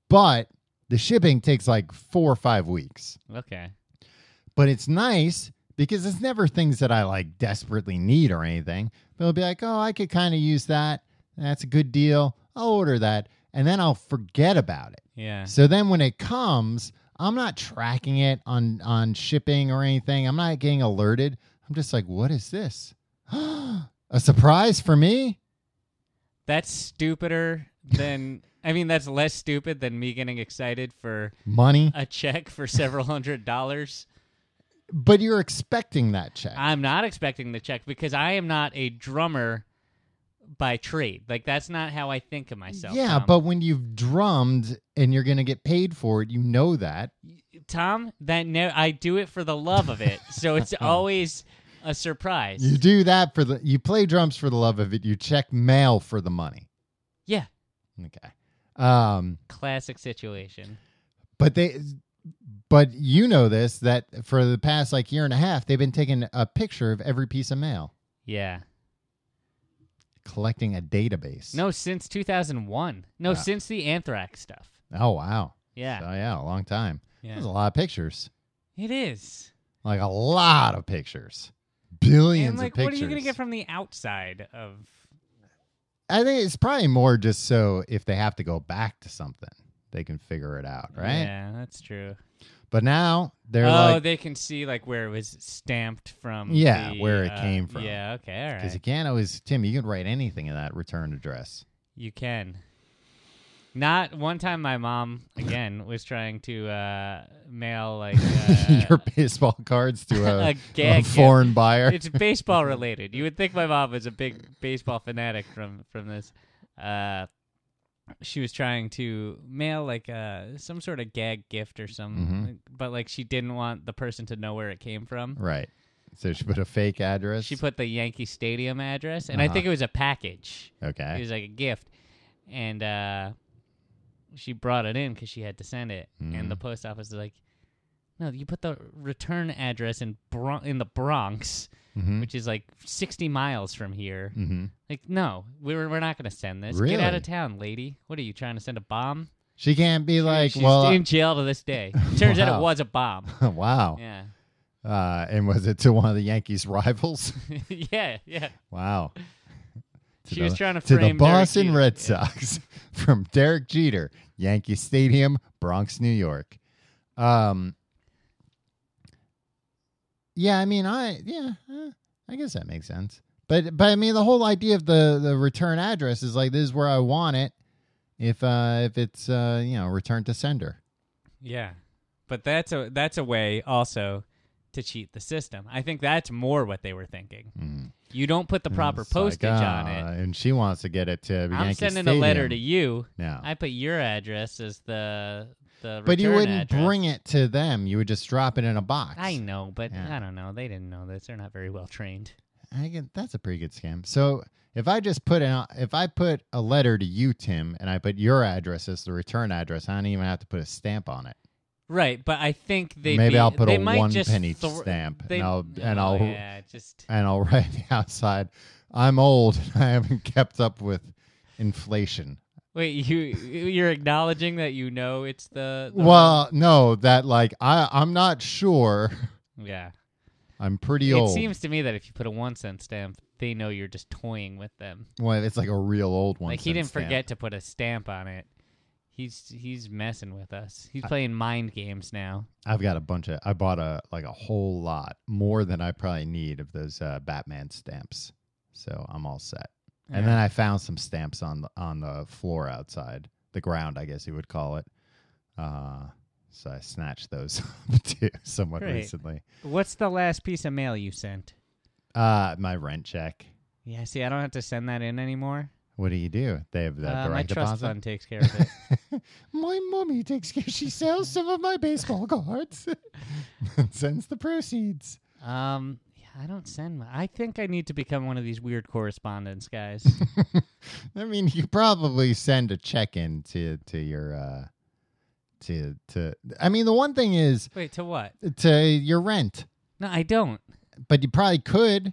but the shipping takes like four or five weeks. Okay. But it's nice because it's never things that I like desperately need or anything. They'll be like, oh, I could kind of use that. That's a good deal. I'll order that. And then I'll forget about it. Yeah. So then when it comes, I'm not tracking it on, on shipping or anything. I'm not getting alerted. I'm just like, what is this? a surprise for me? That's stupider than. I mean, that's less stupid than me getting excited for Money. a check for several hundred dollars. But you're expecting that check. I'm not expecting the check because I am not a drummer by trade. Like that's not how I think of myself. yeah, Tom. but when you've drummed and you're going to get paid for it, you know that. Tom, that ne- I do it for the love of it. so it's always a surprise. You do that for the you play drums for the love of it. You check mail for the money. yeah, Okay. Um classic situation. but they but you know this that for the past like year and a half they've been taking a picture of every piece of mail, Yeah. collecting a database. No, since 2001. No, Yeah. since the anthrax stuff. Oh wow. Yeah. Oh yeah, a long time. yeah. There's a lot of pictures. It is. Like a lot of pictures. Billions And like of pictures. what are you going to get from the outside of I think it's probably more just so if they have to go back to something, they can figure it out, right? Yeah, that's true. But now they're oh, like they can see like where it was stamped from. Yeah, the, where it uh, came from. Yeah, okay, all Because right. you can't always, Tim, you can write anything in that return address. you can. Not one time. My mom again was trying to uh, mail like uh, Your baseball cards to a, a gag a foreign buyer. It's baseball related. You would think my mom was a big baseball fanatic from from this. Uh, she was trying to mail like uh, some sort of gag gift or some, Mhm. but like she didn't want the person to know where it came from. Right. So she put a fake address. She put the Yankee Stadium address, and I Uh-huh. think it was a package. It okay. was like a gift, and uh, she brought it in because she had to send it. And the Mm-hmm. post office is like, "No, you put the return address in Bron- in the Bronx, Mm-hmm. which is like sixty miles from here. Mm-hmm. Like, no, we're we're not going to send this. Get out Really? of town, lady. What are you trying to send a bomb? She can't be like, She's well, in jail to this day. Turns out Wow. it was a bomb. wow. Yeah, Uh, and was it to one of the Yankees' rivals? yeah, yeah. wow. To She was the- trying to to frame the Derek Boston Jeter. Red Yeah. Sox from Derek Jeter, Yankee Stadium, Bronx, New York. Um, yeah, I mean, I yeah, eh, I guess that makes sense. But but I mean, the whole idea of the the return address is like this is where I want it. If uh if it's uh you know returned to sender, Yeah. But that's a that's a way also to cheat the system. I think that's more what they were thinking. Mm. You don't put the proper It's postage like, on "Ah," it. and she wants to get it to. I'm Yankee sending Stadium a letter to you. now. I put your address as the the but you return wouldn't address. bring it to them. You would just drop it in a box. I know, but Yeah. I don't know. They didn't know this. They're not very well trained. I get, that's a pretty good scam. So if I just put an, if I put a letter to you, Tim, and I put your address as the return address, I don't even have to put a stamp on it. Right, but I think they Maybe be, I'll put they a might one just penny thro- stamp, they- and I'll and oh, I'll yeah, just and I'll write the outside. I'm old. and I haven't kept up with inflation. wait. You you're acknowledging that you know it's the, the Well, no, that like I I'm not sure. yeah. I'm pretty It old. seems to me that if you put a one cent stamp, they know you're just toying with them. well, it's like a real old one. like he cent didn't stamp. forget to put a stamp on it. He's he's messing with us. He's I- playing mind games now. I've got a bunch of. I bought a like a whole lot more than I probably need of those uh, Batman stamps. So I'm all set. And then I found some stamps on the, on the floor outside the ground, I guess you would call it. Uh, so I snatched those up too somewhat Great. recently. What's the last piece of mail you sent? Uh, my rent check. Yeah, see, I don't have to send that in anymore. What do you do? They have the Uh, my direct trust deposit. fund takes care of it. my mommy takes care. She sells some of my baseball cards and sends the proceeds. um, yeah, I don't send. My, I think I need to become one of these weird correspondence guys. I mean, you probably send a check in to to your uh, to to. I mean, the one thing is Wait, to what? to your rent, No, I don't. but you probably could.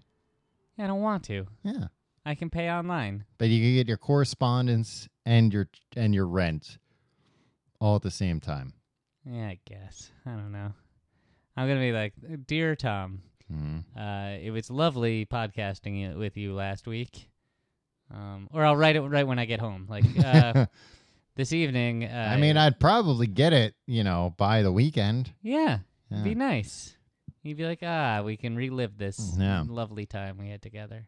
I don't want to. Yeah, I can pay online. but you could get your correspondence and your and your rent all at the same time. Yeah, I guess. I don't know. I'm gonna be like, dear Tom, Mhm. Uh, it was lovely podcasting y- with you last week. Um, or I'll write it right when I get home. Like uh, this evening. Uh, I mean, I'd probably get it, you know, by the weekend. yeah, Yeah. be nice. You'd be like, ah, we can relive this Yeah. lovely time we had together.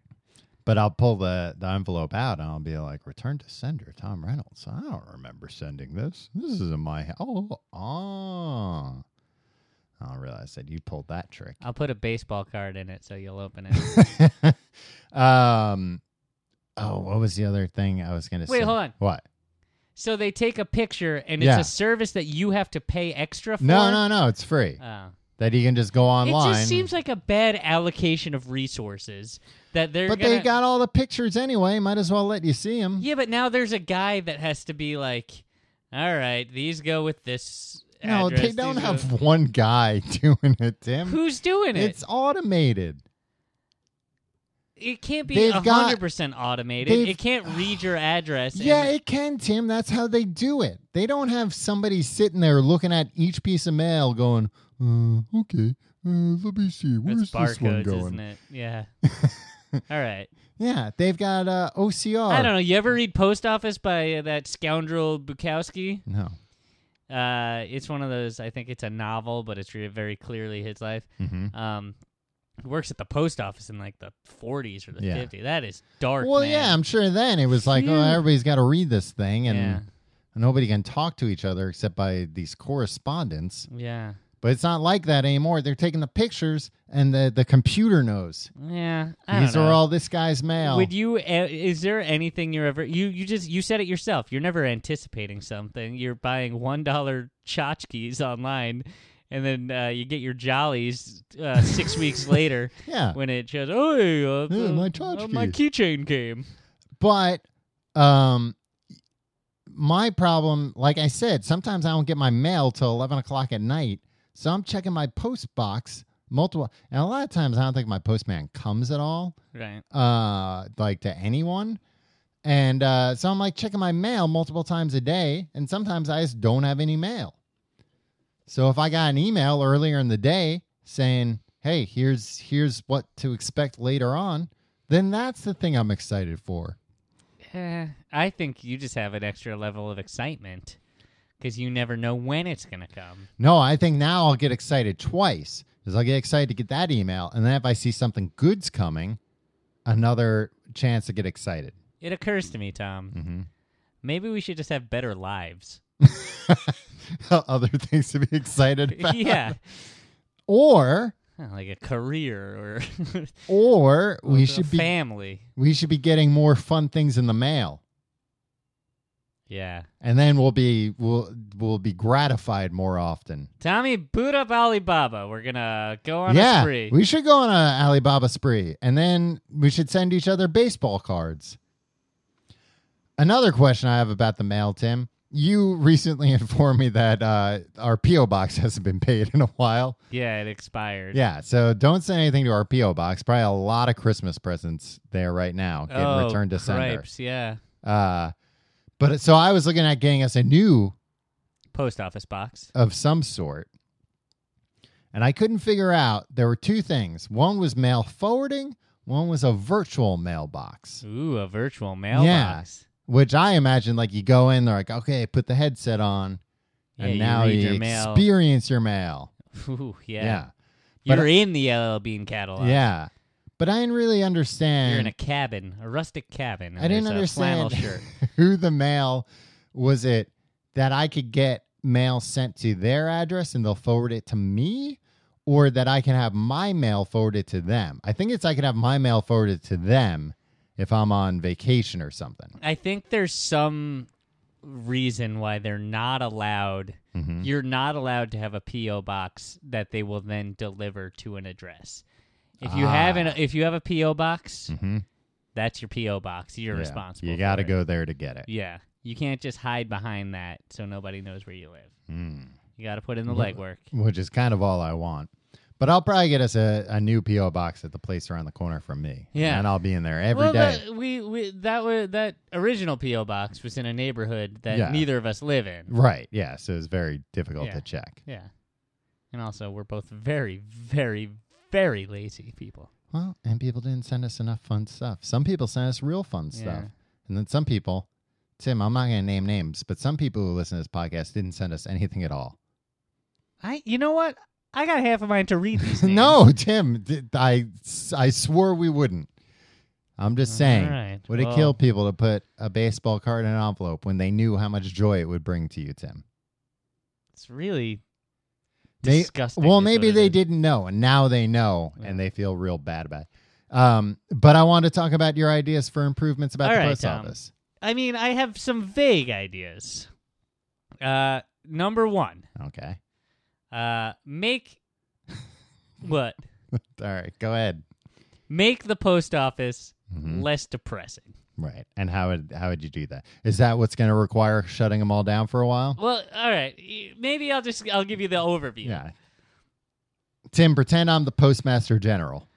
But I'll pull the, the envelope out and I'll be like, return to sender, Tom Reynolds. I don't remember sending this. This is in my house. Oh, oh. I realized that you pulled that trick. I'll put a baseball card in it so you'll open it. um, oh, what was the other thing I was going to say? Wait, hold on. What? so they take a picture, and Yeah. it's a service that you have to pay extra for. No, no, no. It's free. Oh. that you can just go online. It just seems like a bad allocation of resources that they're. but gonna... they got all the pictures anyway. Might as well let you see them. Yeah, but now there's a guy that has to be like, all right, these go with this. no, they address, don't these have go-" one guy doing it, Tim. Who's doing it? It's automated. it can't be they've hundred got- percent automated. they've- It can't read your address. and- Yeah, it can, Tim. That's how they do it. They don't have somebody sitting there looking at each piece of mail going, uh, okay, uh, let me see. Where's it's this one barcodes, going? isn't it? Yeah. all right. Yeah, they've got uh, OCR. I don't know. You ever read Post Office by uh, that scoundrel Bukowski? No. Uh, it's one of those. I think it's a novel, but it's re- very clearly his life. Mm-hmm. Um, he works at the post office in like the 40s or the Yeah. 50s. That is dark. Well, man. yeah, I'm sure then it was like, oh, Phew. everybody's got to read this thing, and Yeah. nobody can talk to each other except by these correspondence. Yeah. But it's not like that anymore. They're taking the pictures, and the, the computer knows. Yeah, I These don't know. are all this guy's mail. Would you? Uh, is there anything you're ever you you just you said it yourself. You're never anticipating something. You're buying one dollar tchotchkes online, and then uh, you get your jollies uh, six weeks later yeah. when it shows. Oh, hey, uh, Yeah, uh, my uh, my tchotchkes." keychain came. But um my problem, like I said, sometimes I don't get my mail till eleven o'clock at night. So I'm checking my post box multiple and a lot of times I don't think my postman comes at all. Right. Uh like to anyone. And uh so I'm like checking my mail multiple times a day, and sometimes I just don't have any mail. So if I got an email earlier in the day saying, Hey, here's here's what to expect later on, then that's the thing I'm excited for. Eh, I think you just have an extra level of excitement because you never know when it's gonna come. No, I think now I'll get excited twice. Because I'll get excited to get that email, and then if I see something good's coming, another chance to get excited. It Mm-hmm. occurs to me, Tom. Maybe we should just have better lives. other things to be excited about. yeah, Or Huh, like a career or or we a should be family. we should be getting more fun things in the mail. Yeah, And then we'll be we'll we'll be gratified more often. Tommy, boot up Alibaba. We're gonna go on yeah, a spree. we should go on a Alibaba spree, and then we should send each other baseball cards. Another question I have about the mail, Tim. You recently informed me that uh, our PO box hasn't been paid in a while. yeah, it expired. Yeah, so don't send anything to our PO box. Probably a lot of Christmas presents there right now getting oh, returned to sender. cripes, Yeah, Uh, but so I was looking at getting us a new post office box. of some sort. And I couldn't figure out there were two things. One was mail forwarding, one was a virtual mailbox, Ooh, a virtual mailbox. which I imagine like you go in, they're like, okay, put the headset on, Yeah, and you now read you your mail. experience your mail. Ooh, yeah. Yeah. But You're in the LL Bean Yeah. catalog. But I didn't really understand. You're in a cabin, a rustic cabin. and I didn't there's a flannel understand shirt. who the mail was it that I could get mail sent to their address and they'll forward it to me or that I can have my mail forwarded to them. I think it's I can have my mail forwarded to them if I'm on vacation or something. I think there's some reason why they're not allowed. Mm-hmm. You're not allowed to have a PO box that they will then deliver to an address. If you have Ah. an if you have a PO box, Mhm. that's your PO box. You're Yeah. responsible. You for got to it. go there to get it. Yeah, you can't just hide behind that so nobody knows where you live. Mm. You got to put in the Well, legwork. Which is kind of all I want. But I'll probably get us a, a new PO box at the place around the corner from me. Yeah. And I'll be in there every well, day. That, we, we that was that original PO box was in a neighborhood that Yeah. neither of us live in. Right. Yeah. So it's very difficult Yeah. to check. Yeah. And also, we're both very, very, very lazy people. Well, and people didn't send us enough fun stuff. Some people sent us real fun stuff. Yeah. And then some people, Tim, I'm not going to name names, but some people who listen to this podcast didn't send us anything at all. I, you know what? I got half of mine to read these. names. no, Tim, d- I, I swore we wouldn't. I'm just saying. All right. Would it Well, kill people to put a baseball card in an envelope when they knew how much joy it would bring to you, Tim? It's really May- disgusting. well, is what maybe it they is. didn't know, and now they know, Yeah. and they feel real bad about it. Um, but I want to talk about your ideas for improvements about All the right, post Tom. office. I mean, I have some vague ideas. Uh, number one, Okay. uh, make what? All right, go ahead. Make the post office Mhm. less depressing. Right. And how would how would you do that? Is that what's going to require shutting them all down for a while? Well, all right. y- Maybe I'll just I'll give you the overview. Yeah. Tim, pretend I'm the postmaster general.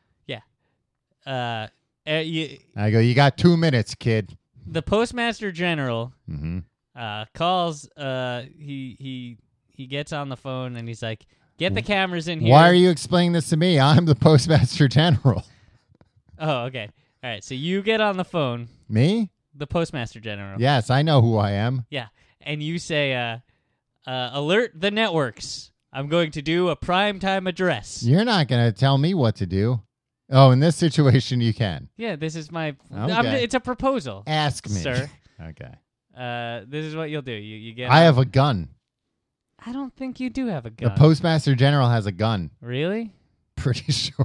Uh, uh, you, I go, you got two minutes, kid. the postmaster general Mm-hmm. uh, calls. Uh, he he he gets on the phone and he's like, "Get the cameras in here." Why are you explaining this to me? I'm the postmaster general. Oh, okay. All right. So you get on the phone, me? the postmaster general. Yes, I know who I am. Yeah. And you say, uh, uh, "Alert the networks! I'm going to do a primetime address." You're not going to tell me what to do. Oh, in this situation, you can Yeah, this is my. I'm, Okay. it's a proposal, ask me, sir. okay. Uh, this is what you'll do. You you get. I have a gun. I don't think you do have a The gun. postmaster general has a gun. really? Pretty sure,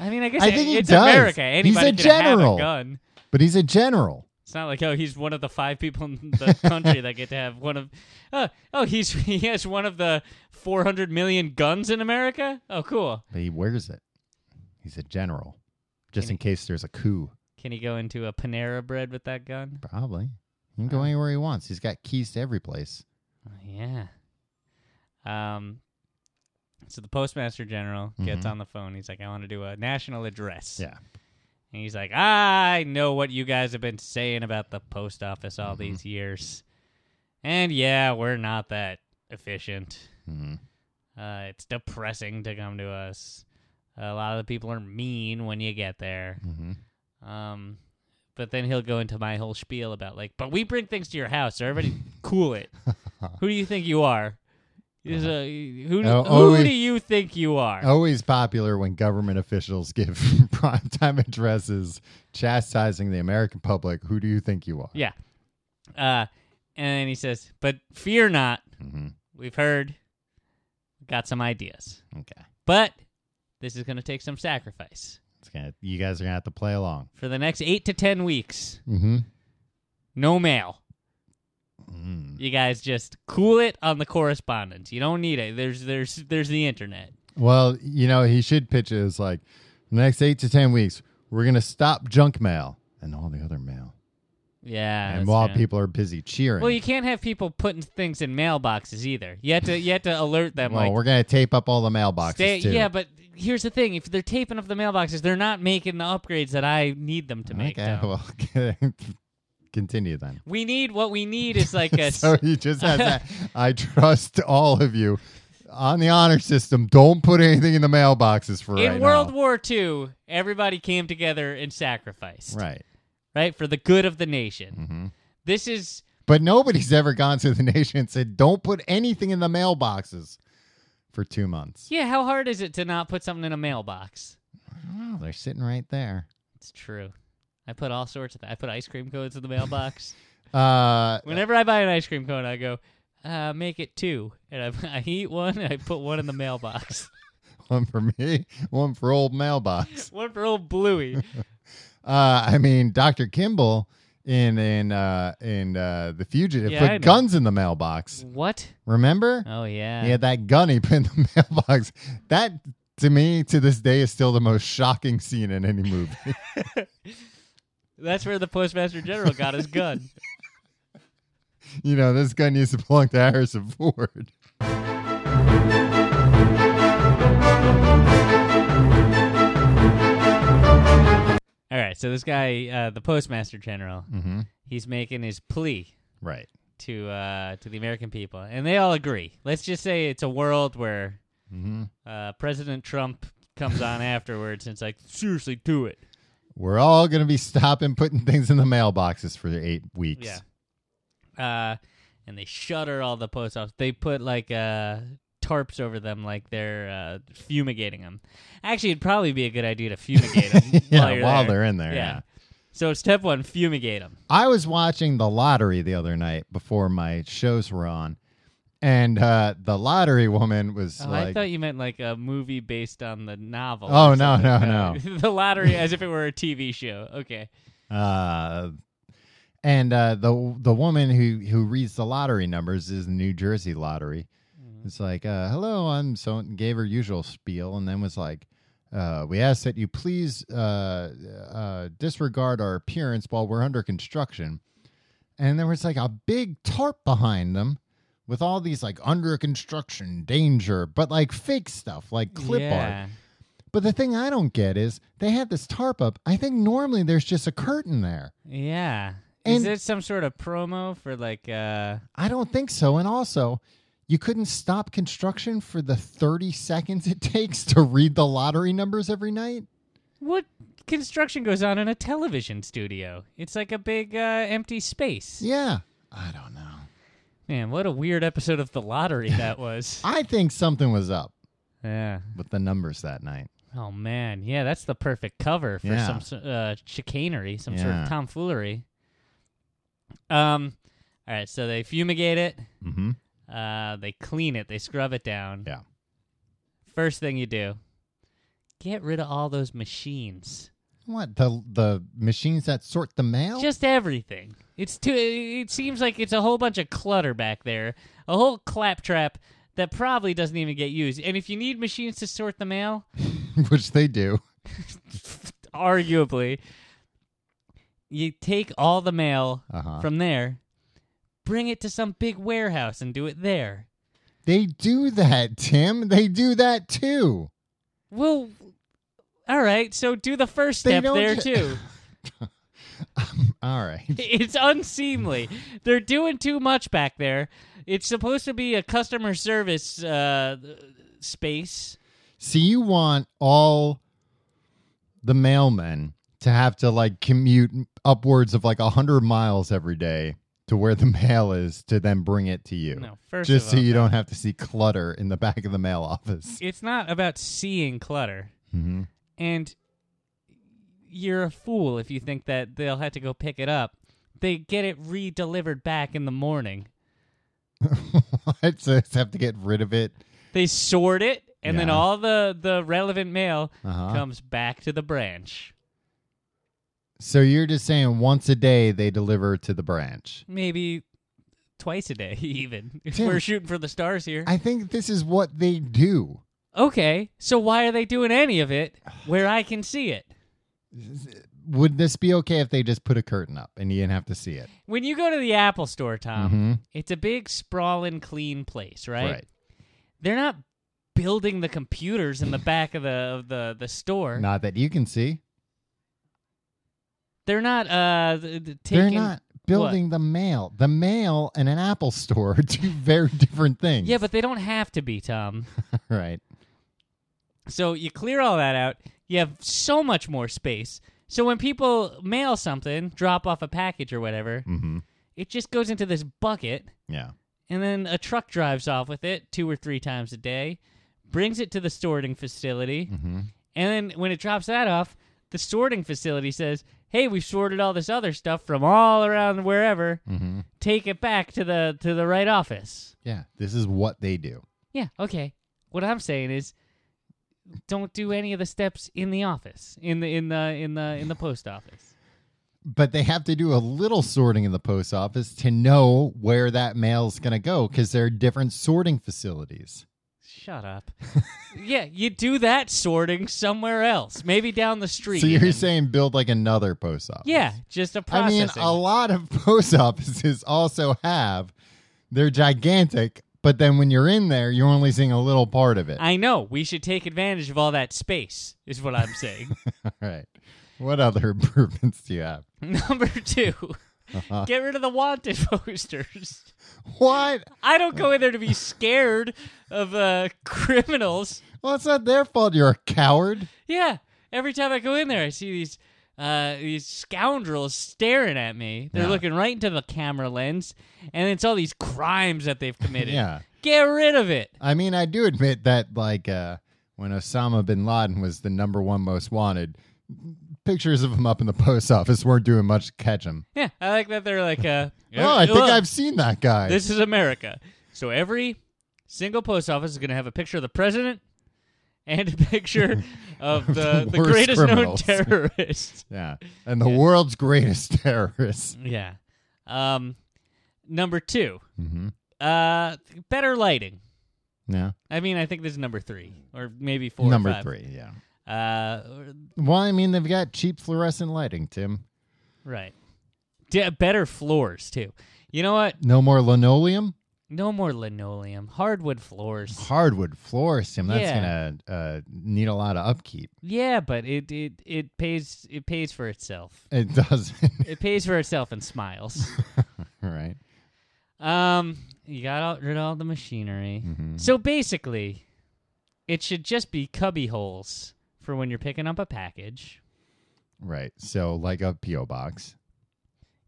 I mean, I guess I it- think he it's does. America. Anybody He's a can have general. gun. but he's a general. It's not like oh, he's one of the five people in the country that get to have one of. Oh, oh, he's he has one of the four hundred million guns in America. Oh, cool. But he wears it. He's a general, just Can in case there's a coup. Can he go into a Panera Bread with that gun? Probably. He can go Uh, anywhere he wants. He's got keys to every place. Oh, yeah. Um. So the postmaster general gets Mhm. on the phone. He's like, "I want to do a national address." Yeah. And he's like, I know what you guys have been saying about the post office all these years. And yeah, we're not that efficient. Mhm. Uh, it's depressing to come to us. A lot of the people are mean when you get there. Mhm. Um, but then he'll go into my whole spiel about, like, but we bring things to your house, so everybody cool it. Who do you think you are? Is a- who Oh, who always- do you think you are? Always popular when government officials give primetime addresses chastising the American public. Who do you think you are? Yeah. Uh, and then he says, but fear not. Mhm. We've heard. Got some ideas. Okay. But this is going to take some sacrifice. It's gonna. You guys are gonna have to play along. For the next eight to 10 weeks, Mm-hmm. no mail. Mm. You guys just cool it on the correspondence. You don't need it. There's there's there's the internet. Well, you know, he should pitch it as like next eight to ten weeks, we're gonna stop junk mail and all the other mail. Yeah. and that's while true. people are busy cheering, Well, you can't have people putting things in mailboxes either. You have to you have to alert them well, like we're gonna tape up all the mailboxes stay too. Yeah, but here's the thing. If they're taping up the mailboxes, they're not making the upgrades that I need them to make. okay. though. Well, continue then. We need what we need is like a so you just have that. I trust all of you on the honor system. Don't put anything in the mailboxes for in right World now. War II, everybody came together and sacrificed, Right. right, for the good of the nation. hmm This is But nobody's ever gone to the nation and said, "Don't put anything in the mailboxes." For two months, yeah. How hard is it to not put something in a mailbox? Oh, they're sitting right there. It's true. I put all sorts of. I put ice cream cones in the mailbox. Uh, Whenever I buy an ice cream cone, I go, uh, make it two, and I, I eat one and I put one in the mailbox. one for me, one for old mailbox. one for old Bluey. Uh, I mean, Dr. Kimball in in uh, in uh, the fugitive Yeah, I know. put guns in the mailbox. What? Remember? Oh yeah. He had that gun he put in the mailbox. That to me to this day is still the most shocking scene in any movie. That's where the postmaster general got his gun. you know, this gun used to belong to Harrison Ford. All right, so this guy, uh, the postmaster general, Mm-hmm. he's making his plea Right. to uh, to the American people, and they all agree. Let's just say it's a world where Mm-hmm. uh, President Trump comes on afterwards and it's like, seriously, do it. We're all gonna be stopping putting things in the mailboxes for eight weeks. Yeah. Uh, and they shutter all the post office. They put like uh, tarps over them, like they're uh, fumigating them. Actually, it'd probably be a good idea to fumigate them while, Yeah, while, you're there. they're in there. yeah. So step one, fumigate them. I was watching the lottery the other night before my shows were on, and uh, the lottery woman was Oh, I like, thought you meant like a movie based on the novel. Oh, or no, something. no, the lottery, as if it were a TV show. Okay. uh, and uh, the the woman who who reads the lottery numbers is the New Jersey lottery. It's like, uh, hello, I'm so gave her usual spiel, and then was like. Uh, we ask that you please uh, uh, disregard our appearance while we're under construction. and there was like a big tarp behind them with all these like under construction danger, but like fake stuff, like clip art. yeah. But the thing I don't get is they had this tarp up. I think normally there's just a curtain there. Yeah. Is And- it some sort of promo for like uh I don't think so. And also, you couldn't stop construction for the 30 seconds it takes to read the lottery numbers every night. What construction goes on in a television studio? It's like a big uh, empty space. Yeah. I don't know. Man, what a weird episode of The Lottery that was. I think something was up yeah. with the numbers that night. Oh man, yeah, that's the perfect cover for Yeah. some s- uh, chicanery, some sort Yeah. of tomfoolery. Um, all right, so they fumigate it, Mm hmm. uh, they clean it, they scrub it down. Yeah. First thing you do, get rid of all those machines. What? The, the machines that sort the mail? Just everything. It's too. It seems like it's a whole bunch of clutter back there, a whole claptrap that probably doesn't even get used. And if you need machines to sort the mail, Which they do. arguably, you take all the mail Uh-huh. from there, bring it to some big warehouse, and do it there. They do that, Tim. They do that too. Well, all right. So do the first They step don't there ju- too. All right. It's unseemly. They're doing too much back there. It's supposed to be a customer service uh, space. So you want all the mailmen to have to like commute upwards of like a hundred miles every day to where the mail is to then bring it to you. No, first Just of so all, you don't have to see clutter in the back of the mail office. it's not about seeing clutter. Mm-hmm. And you're a fool if you think that they'll have to go pick it up. They get it re-delivered back in the morning. I'd just have to get rid of it. They sort it, and then Yeah. all the the relevant mail Uh-huh. comes back to the branch. So you're just saying once a day they deliver to the branch. Maybe twice a day, even. If Dude. we're shooting for the stars here. I think this is what they do. okay, so why are they doing any of it where I can see it? Would this be okay if they just put a curtain up and you didn't have to see it? When you go to the Apple store, Tom, Mhm. it's a big, sprawling, clean place, right? They're not building the computers in the back of the of the, the store. Not that you can see. They're not uh th- th- taking They're not building the mail. The mail and an Apple store are two very different things. Yeah, but they don't have to be, Tom. right. So you clear all that out. You have so much more space. So when people mail something, drop off a package or whatever, Mm-hmm. it just goes into this bucket, Yeah. and then a truck drives off with it two or three times a day, brings it to the sorting facility, Mm-hmm. and then when it drops that off, the sorting facility says, "Hey, we've sorted all this other stuff from all around wherever. Mm-hmm. Take it back to the to the right office." Yeah. This is what they do. Yeah, okay. What I'm saying is don't do any of the steps in the office, in the in the in the in the post office. But they have to do a little sorting in the post office to know where that mail's going to go because there are different sorting facilities. Shut up. yeah, you do that sorting somewhere else, maybe down the street. So you're even. saying build like another post office? Yeah, just a I mean, processing. a lot of post offices also have, they're gigantic, but then when you're in there, you're only seeing a little part of it. I know. We should take advantage of all that space, is what I'm saying. All right. What other improvements do you have? Number 2. Get rid of the wanted posters. What? I don't go in there to be scared of uh, criminals. Well, it's not their fault you're a coward. Yeah. Every time I go in there, I see these uh, these scoundrels staring at me. They're Yeah. looking right into the camera lens, and it's all these crimes that they've committed. Yeah. Get rid of it. I mean, I do admit that, like, uh, when Osama bin Laden was the number one most wanted, pictures of him up in the post office weren't doing much to catch him. Yeah, I like that they're like, uh, Oh, I think look, I've seen that guy. This is America. So every single post office is going to have a picture of the president and a picture of the, The the worst greatest criminals. known terrorist. yeah. And the world's greatest terrorist. yeah. Um, number two, Mm-hmm. uh, better lighting. Yeah. I mean, I think this is number three or maybe four. or Number five. three. Yeah. Uh, Well, I mean, they've got cheap fluorescent lighting, Tim. right. D- better floors too. You know what? No more linoleum. No more linoleum, hardwood floors. Hardwood floors, Tim. That's Yeah. going to uh, need a lot of upkeep. Yeah, but it it it pays it pays for itself. It doesn't. It pays for itself in smiles. right. um, you got all, rid of all the machinery. Mhm. So basically, it should just be cubby holes for when you're picking up a package. Right. So, like a P.O. box.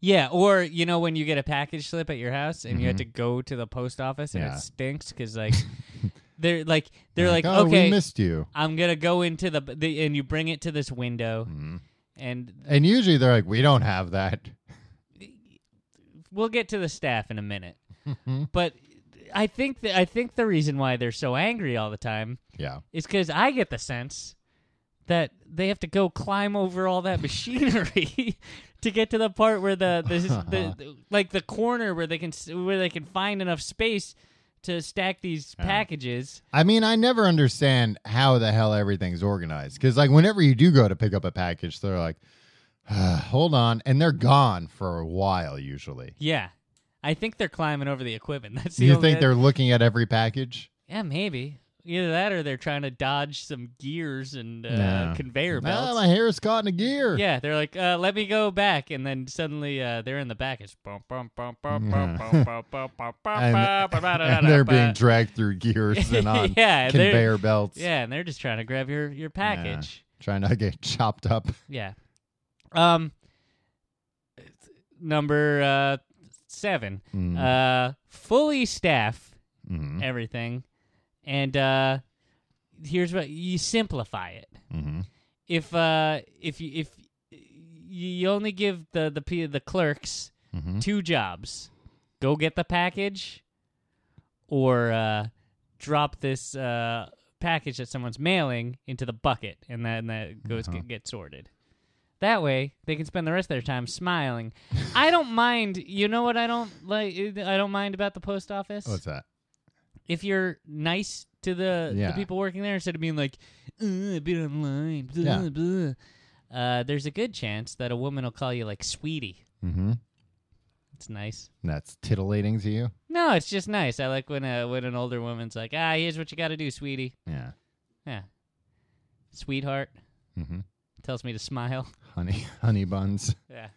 Yeah, or you know when you get a package slip at your house and you have to go to the post office and Mm-hmm. Yeah. it stinks because like they're like they're like, oh, we okay, missed you. I'm gonna go into the, the and you bring it to this window Mhm. and And usually they're like, we don't have that. we'll get to the staff in a minute. but I think that I think the reason why they're so angry all the time Yeah. is because I get the sense that they have to go climb over all that machinery to get to the part where the, the, the, like the corner where they can s- where they can find enough space to stack these packages. I mean, I never understand how the hell everything's organized. Because, like, whenever you do go to pick up a package, they're like, "Ah, hold on. And they're gone for a while, usually. Yeah, I think they're climbing over the equipment. That's Do the you only- think they're looking at every package? yeah maybe either that or they're trying to dodge some gears and uh, No. conveyor belts. Ah, my hair's caught in a gear. Yeah, they're like, uh, let me go back, and then suddenly uh, they're in the back. It's bum, bum, bum, bum, bum, Yeah. bum, bum, bum, bum, And, bum, bum, bum, and they're being bum. dragged through gears and on Yeah, they're- conveyor belts. yeah, and they're just trying to grab your your package. Trying not to get chopped up. Yeah. Um. Number uh, seven. Mm, Uh, fully staff mhm, everything, and uh, here's what you simplify it. mhm. If uh, if you if you only give the the p the clerks Mhm. two jobs go get the package or uh, drop this uh, package that someone's mailing into the bucket, and then that goes Uh-huh. get, get sorted. That way, they can spend the rest of their time smiling. I don't mind. You know what I don't like? I don't mind about the post office What's that? if you're nice to the, Yeah. the people working there instead of being like, "Uh, I've been online, blah, Yeah. blah," uh, there's a good chance that a woman will call you like sweetie. Mm-hmm. It's nice. That's titillating to you. No, it's just nice. I like when a, when an older woman's like, ah, here's what you got to do, sweetie. Yeah. Yeah. Sweetheart Mm-hmm. tells me to smile. Honey, honey buns. yeah.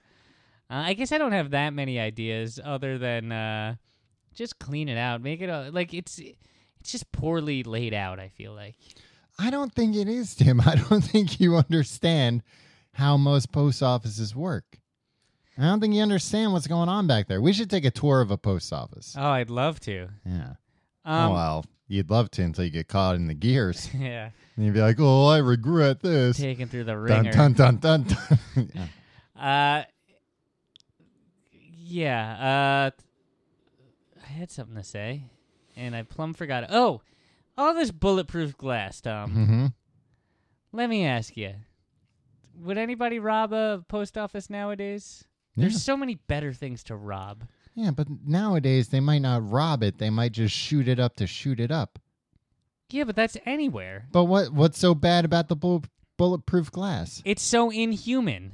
Uh, I guess I don't have that many ideas other than uh, just clean it out. Make it a, like it's it's just poorly laid out, I feel like. I don't think it is, Tim. I don't think you understand how most post offices work. I don't think you understand what's going on back there. We should take a tour of a post office. Oh, I'd love to. yeah. Um, oh, well, you'd love to until you get caught in the gears. Yeah, And you'd be like, oh, I regret this. taken through the Dun, ringer. dun, dun, dun, dun. yeah. Uh, yeah. Uh, I had something to say, and I plumb forgot it. Oh, all this bulletproof glass, Tom. Mm-hmm. Let me ask you: Would anybody rob a post office nowadays? Yeah. There's so many better things to rob. yeah, but nowadays they might not rob it. They might just shoot it up to shoot it up. Yeah, but that's anywhere. But what what's so bad about the bull, bulletproof glass? It's so inhuman.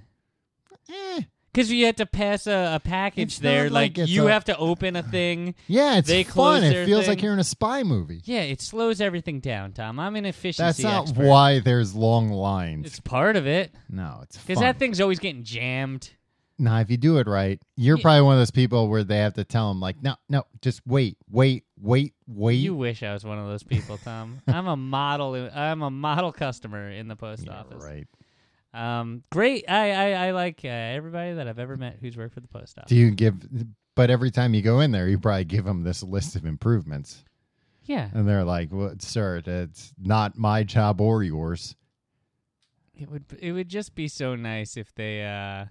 Eh. Because you have to pass a, a package It's not there, like like, it's you a- have to open a thing. Yeah, it's They close fun. It their feels thing. like you're in a spy movie. Yeah, it slows everything down, Tom. I'm an efficiency That's not expert. why there's long lines. It's part of it. no, it's fun. Because that thing's always getting jammed. now, if you do it right, you're Yeah. probably one of those people where they have to tell them, like, no, no, just wait, wait, wait, wait. You wish I was one of those people, Tom. I'm a model. I'm a model customer in the post Yeah, office. right. Um, great. I I, I like uh, everybody that I've ever met who's worked for the post office. Do you give? But every time you go in there, you probably give them this list of improvements, yeah. and they're like, well, "Sir, it's not my job or yours." It would it would just be so nice if they uh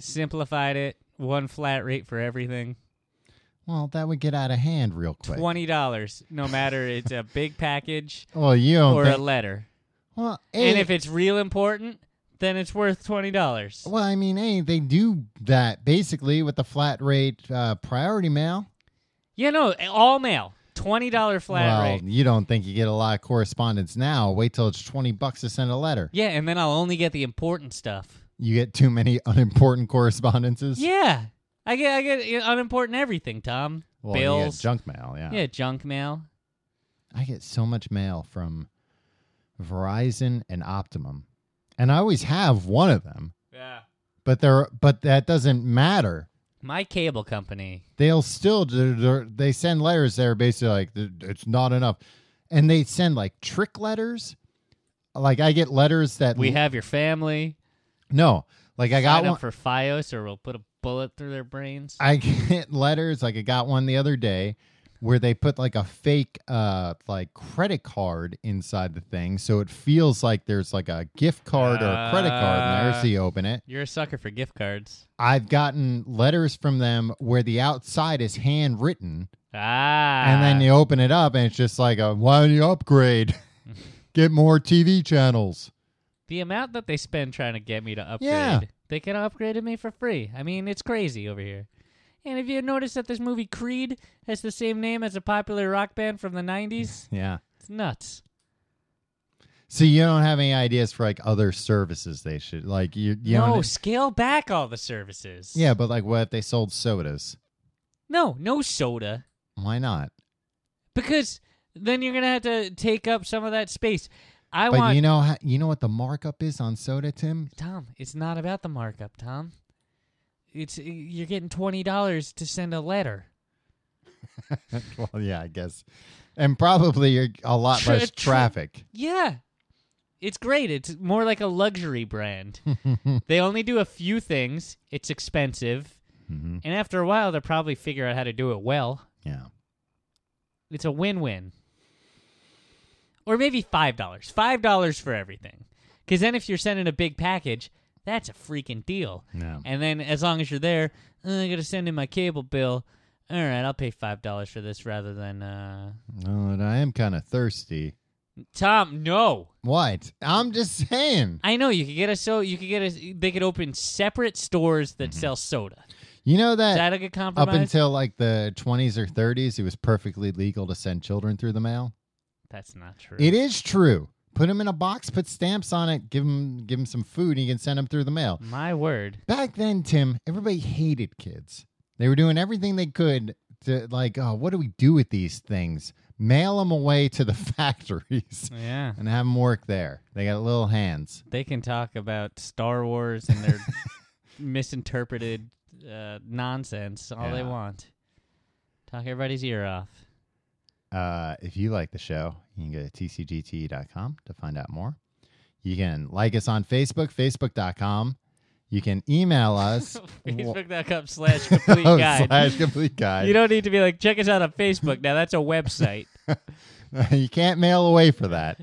simplified it. One flat rate for everything. Well, that would get out of hand real quick. Twenty dollars, no matter it's a big package Well, you don't. or a think- letter. well, And A- if it's real important, then it's worth twenty dollars. Well, I mean, hey, they do that basically with the flat rate uh, priority mail. Yeah, no, all mail. Twenty dollar flat well, rate. you don't think you get a lot of correspondence now. Wait till it's 20 bucks to send a letter. Yeah, and then I'll only get the important stuff. You get too many unimportant correspondences. Yeah, I get I get you know, unimportant everything, Tom. well, and You Bills. get junk mail, yeah. yeah, junk mail. I get so much mail from Verizon and Optimum. And I always have one of them, Yeah. but they're but that doesn't matter. My cable company. They'll still they're- they're- they send letters that are basically like it's not enough. And they send like trick letters. Like I get letters that We have your family. No, like Mm. I got Sign one. up for FiOS, or we'll put a bullet through their brains. I get letters. Like I got one the other day where they put like a fake uh like credit card inside the thing, so it feels like there's like a gift card or a credit card in there. Ah. So you open it. You're a sucker for gift cards. I've gotten letters from them where the outside is handwritten, Ah. and then you open it up and it's just like a why don't you upgrade? Get more TV channels. the amount that they spend trying to get me to upgrade, Yeah. they could have upgraded me for free. I mean, it's crazy over here. And if you notice that this movie Creed has the same name as a popular rock band from the 90s, Yeah. it's nuts. So you don't have any ideas for like other services they should like you. you no, don't- scale back all the services. Yeah, but like, what if they sold sodas? No, no soda. Why not? Because then you're going to have to take up some of that space. I but want. you know, how- you know what the markup is on soda, Tim? Tom, it's not about the markup, Tom. It's you're getting twenty dollars to send a letter. well, yeah, I guess, and probably you're a lot Tra- less tra- traffic. Yeah. It's great. It's more like a luxury brand. they only do a few things. It's expensive. Mhm. And after a while, they'll probably figure out how to do it well. Yeah, It's a win win. Or maybe $5. $5 for everything. Because then if you're sending a big package, that's a freaking deal. no. And then as long as you're there, "Uh, I got to send in my cable bill. all right, I'll pay five dollars for this rather than uh Oh, and I am kind of thirsty. Tom. No, What? I'm just saying. I know you could get a so you could get a they could open separate stores that sell soda. You know Is that, that a good Mm-hmm. up compromise? until like the 20s or 30s, it was perfectly legal to send children through the mail. That's not true. It is true. Put them in a box, put stamps on it, give them give them some food, and you can send them through the mail. My word. Back then, Tim, everybody hated kids. They were doing everything they could to like, oh, what do we do with these things? Mail them away to the factories Yeah. and have them work there. They got little hands. They can talk about Star Wars and their misinterpreted uh, nonsense all they Yeah. want. Talk everybody's ear off. Uh, if you like the show, you can go to tcgt.com to find out more. You can like us on Facebook, facebook.com. You can email us. Facebook.com slash complete Oh, guide. slash complete guide. You don't need to be like, check us out on Facebook. Now that's a website. you can't mail away for that.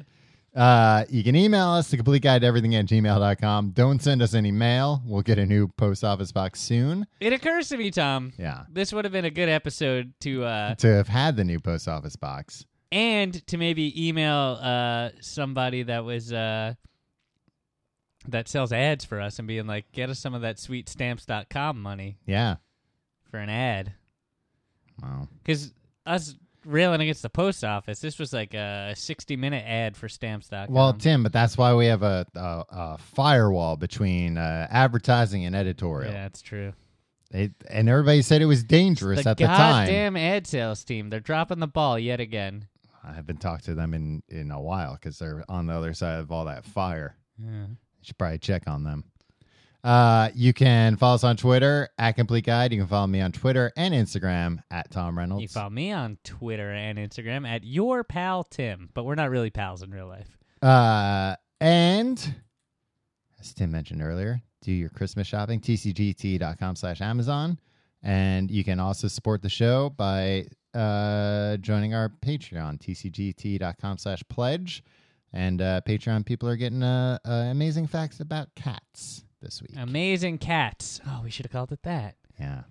Uh, you can email us to complete guide everything at gmail.com. Don't send us any mail. We'll get a new post office box soon. it occurs to me, Tom, Yeah. this would have been a good episode to uh, To have had the new post office box. and to maybe email uh, somebody that was uh, that sells ads for us and being like, get us some of that sweet stamps.com money Yeah. for an ad. Wow. Because us railing against the post office, this was like a 60 minute ad for stamps.com. Well, Tim, but that's why we have a, a, a firewall between uh, advertising and editorial. yeah, it's true. It, and everybody said it was dangerous the at the time. goddamn ad sales team, they're dropping the ball yet again. I haven't talked to them in, in a while because they're on the other side of all that fire. Yeah. You should probably check on them. Uh, you can follow us on Twitter at Complete Guide. You can follow me on Twitter and Instagram at Tom Reynolds. You follow me on Twitter and Instagram at your pal Tim, but we're not really pals in real life. uh, and as Tim mentioned earlier, do your Christmas shopping, tcgt.com slash Amazon. And you can also support the show by uh, joining our Patreon, tcgt.com slash pledge. And uh, Patreon people are getting uh, uh, amazing facts about cats this week. Amazing cats. Oh, we should have called it that. yeah.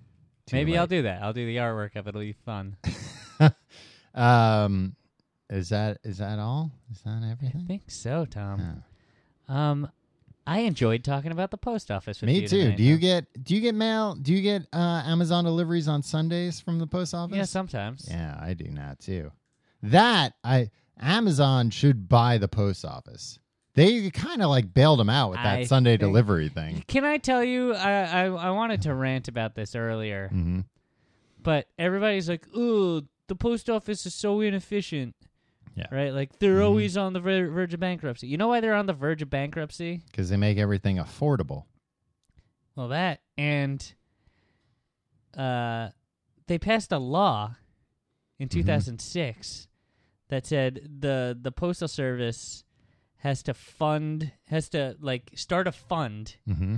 Too Maybe late. I'll do that. I'll do the artwork of it. It'll be fun. Um, is that is that all? Is that I everything? think so, Tom. Yeah. Um, I enjoyed talking about the post office with Me you too. tonight, do you Tom. get do you get mail? Do you get uh, Amazon deliveries on Sundays from the post office? Yeah, sometimes. Yeah, I do not too. That I Amazon should buy the post office. They kind of like bailed them out with that I Sunday think- delivery thing. Can I tell you? I, I I wanted to rant about this earlier, hmm but everybody's like, "Ooh, the post office is so inefficient." Yeah. Right. Like they're Mhm. always on the ver- verge of bankruptcy. You know why they're on the verge of bankruptcy? Because they make everything affordable. Well, that and uh, they passed a law in Mm-hmm. 2006 that said the the postal service has to fund has to like start a fund hmm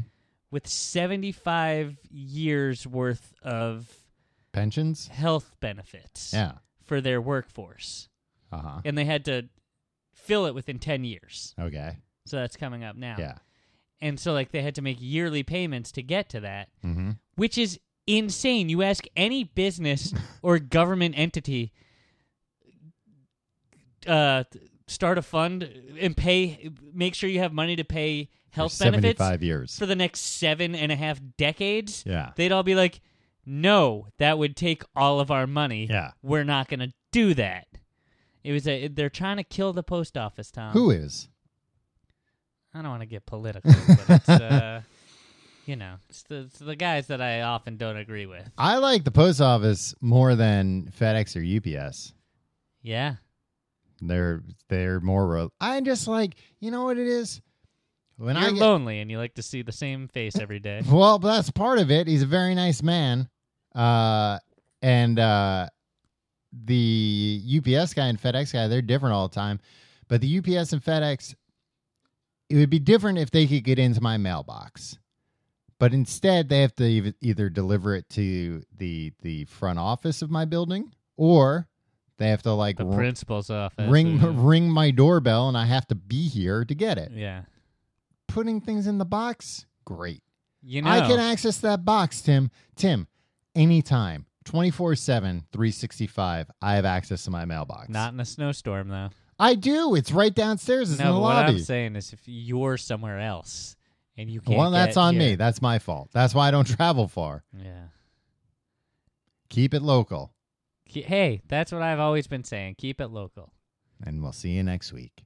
with 75 years worth of Pensions. health benefits Yeah. for their workforce Uh huh. and they had to fill it within 10 years Okay. so that's coming up now Yeah. and so like they had to make yearly payments to get to that hmm which is insane. You ask any business or government entity, uh, start a fund and pay, make sure you have money to pay health benefits Seventy-five years. for the next seven and a half decades. yeah. They'd all be like, "No, that would take all of our money. Yeah. We're not going to do that." It was a. They're trying to kill the post office, Tom. Who is? I don't want to get political, but it's, uh, you know, it's the, it's the guys that I often don't agree with. I like the post office more than FedEx or UPS. Yeah. They're they're more. Ro- I just like you know what it is. When You're I get, lonely and you like to see the same face every day. well, but that's part of it. He's a very nice man, uh, and uh, the UPS guy and FedEx guy they're different all the time. But the UPS and FedEx, it would be different if they could get into my mailbox. But instead, they have to eith- either deliver it to the the front office of my building, or they have to like The ro- principal's office. ring uh, ring my doorbell and I have to be here to get it. Yeah. Putting things in the box, great. You know, I can access that box, Tim. Tim, anytime. 24 7, 365, I have access to my mailbox. Not in a snowstorm, though. I do. It's right downstairs. It's no, in the but what I'm lobby. saying is if you're somewhere else and you can't. Well, that's get on me. here- That's my fault. That's why I don't travel far. Yeah. Keep it local, Ke- Hey, that's what I've always been saying. Keep it local. and we'll see you next week.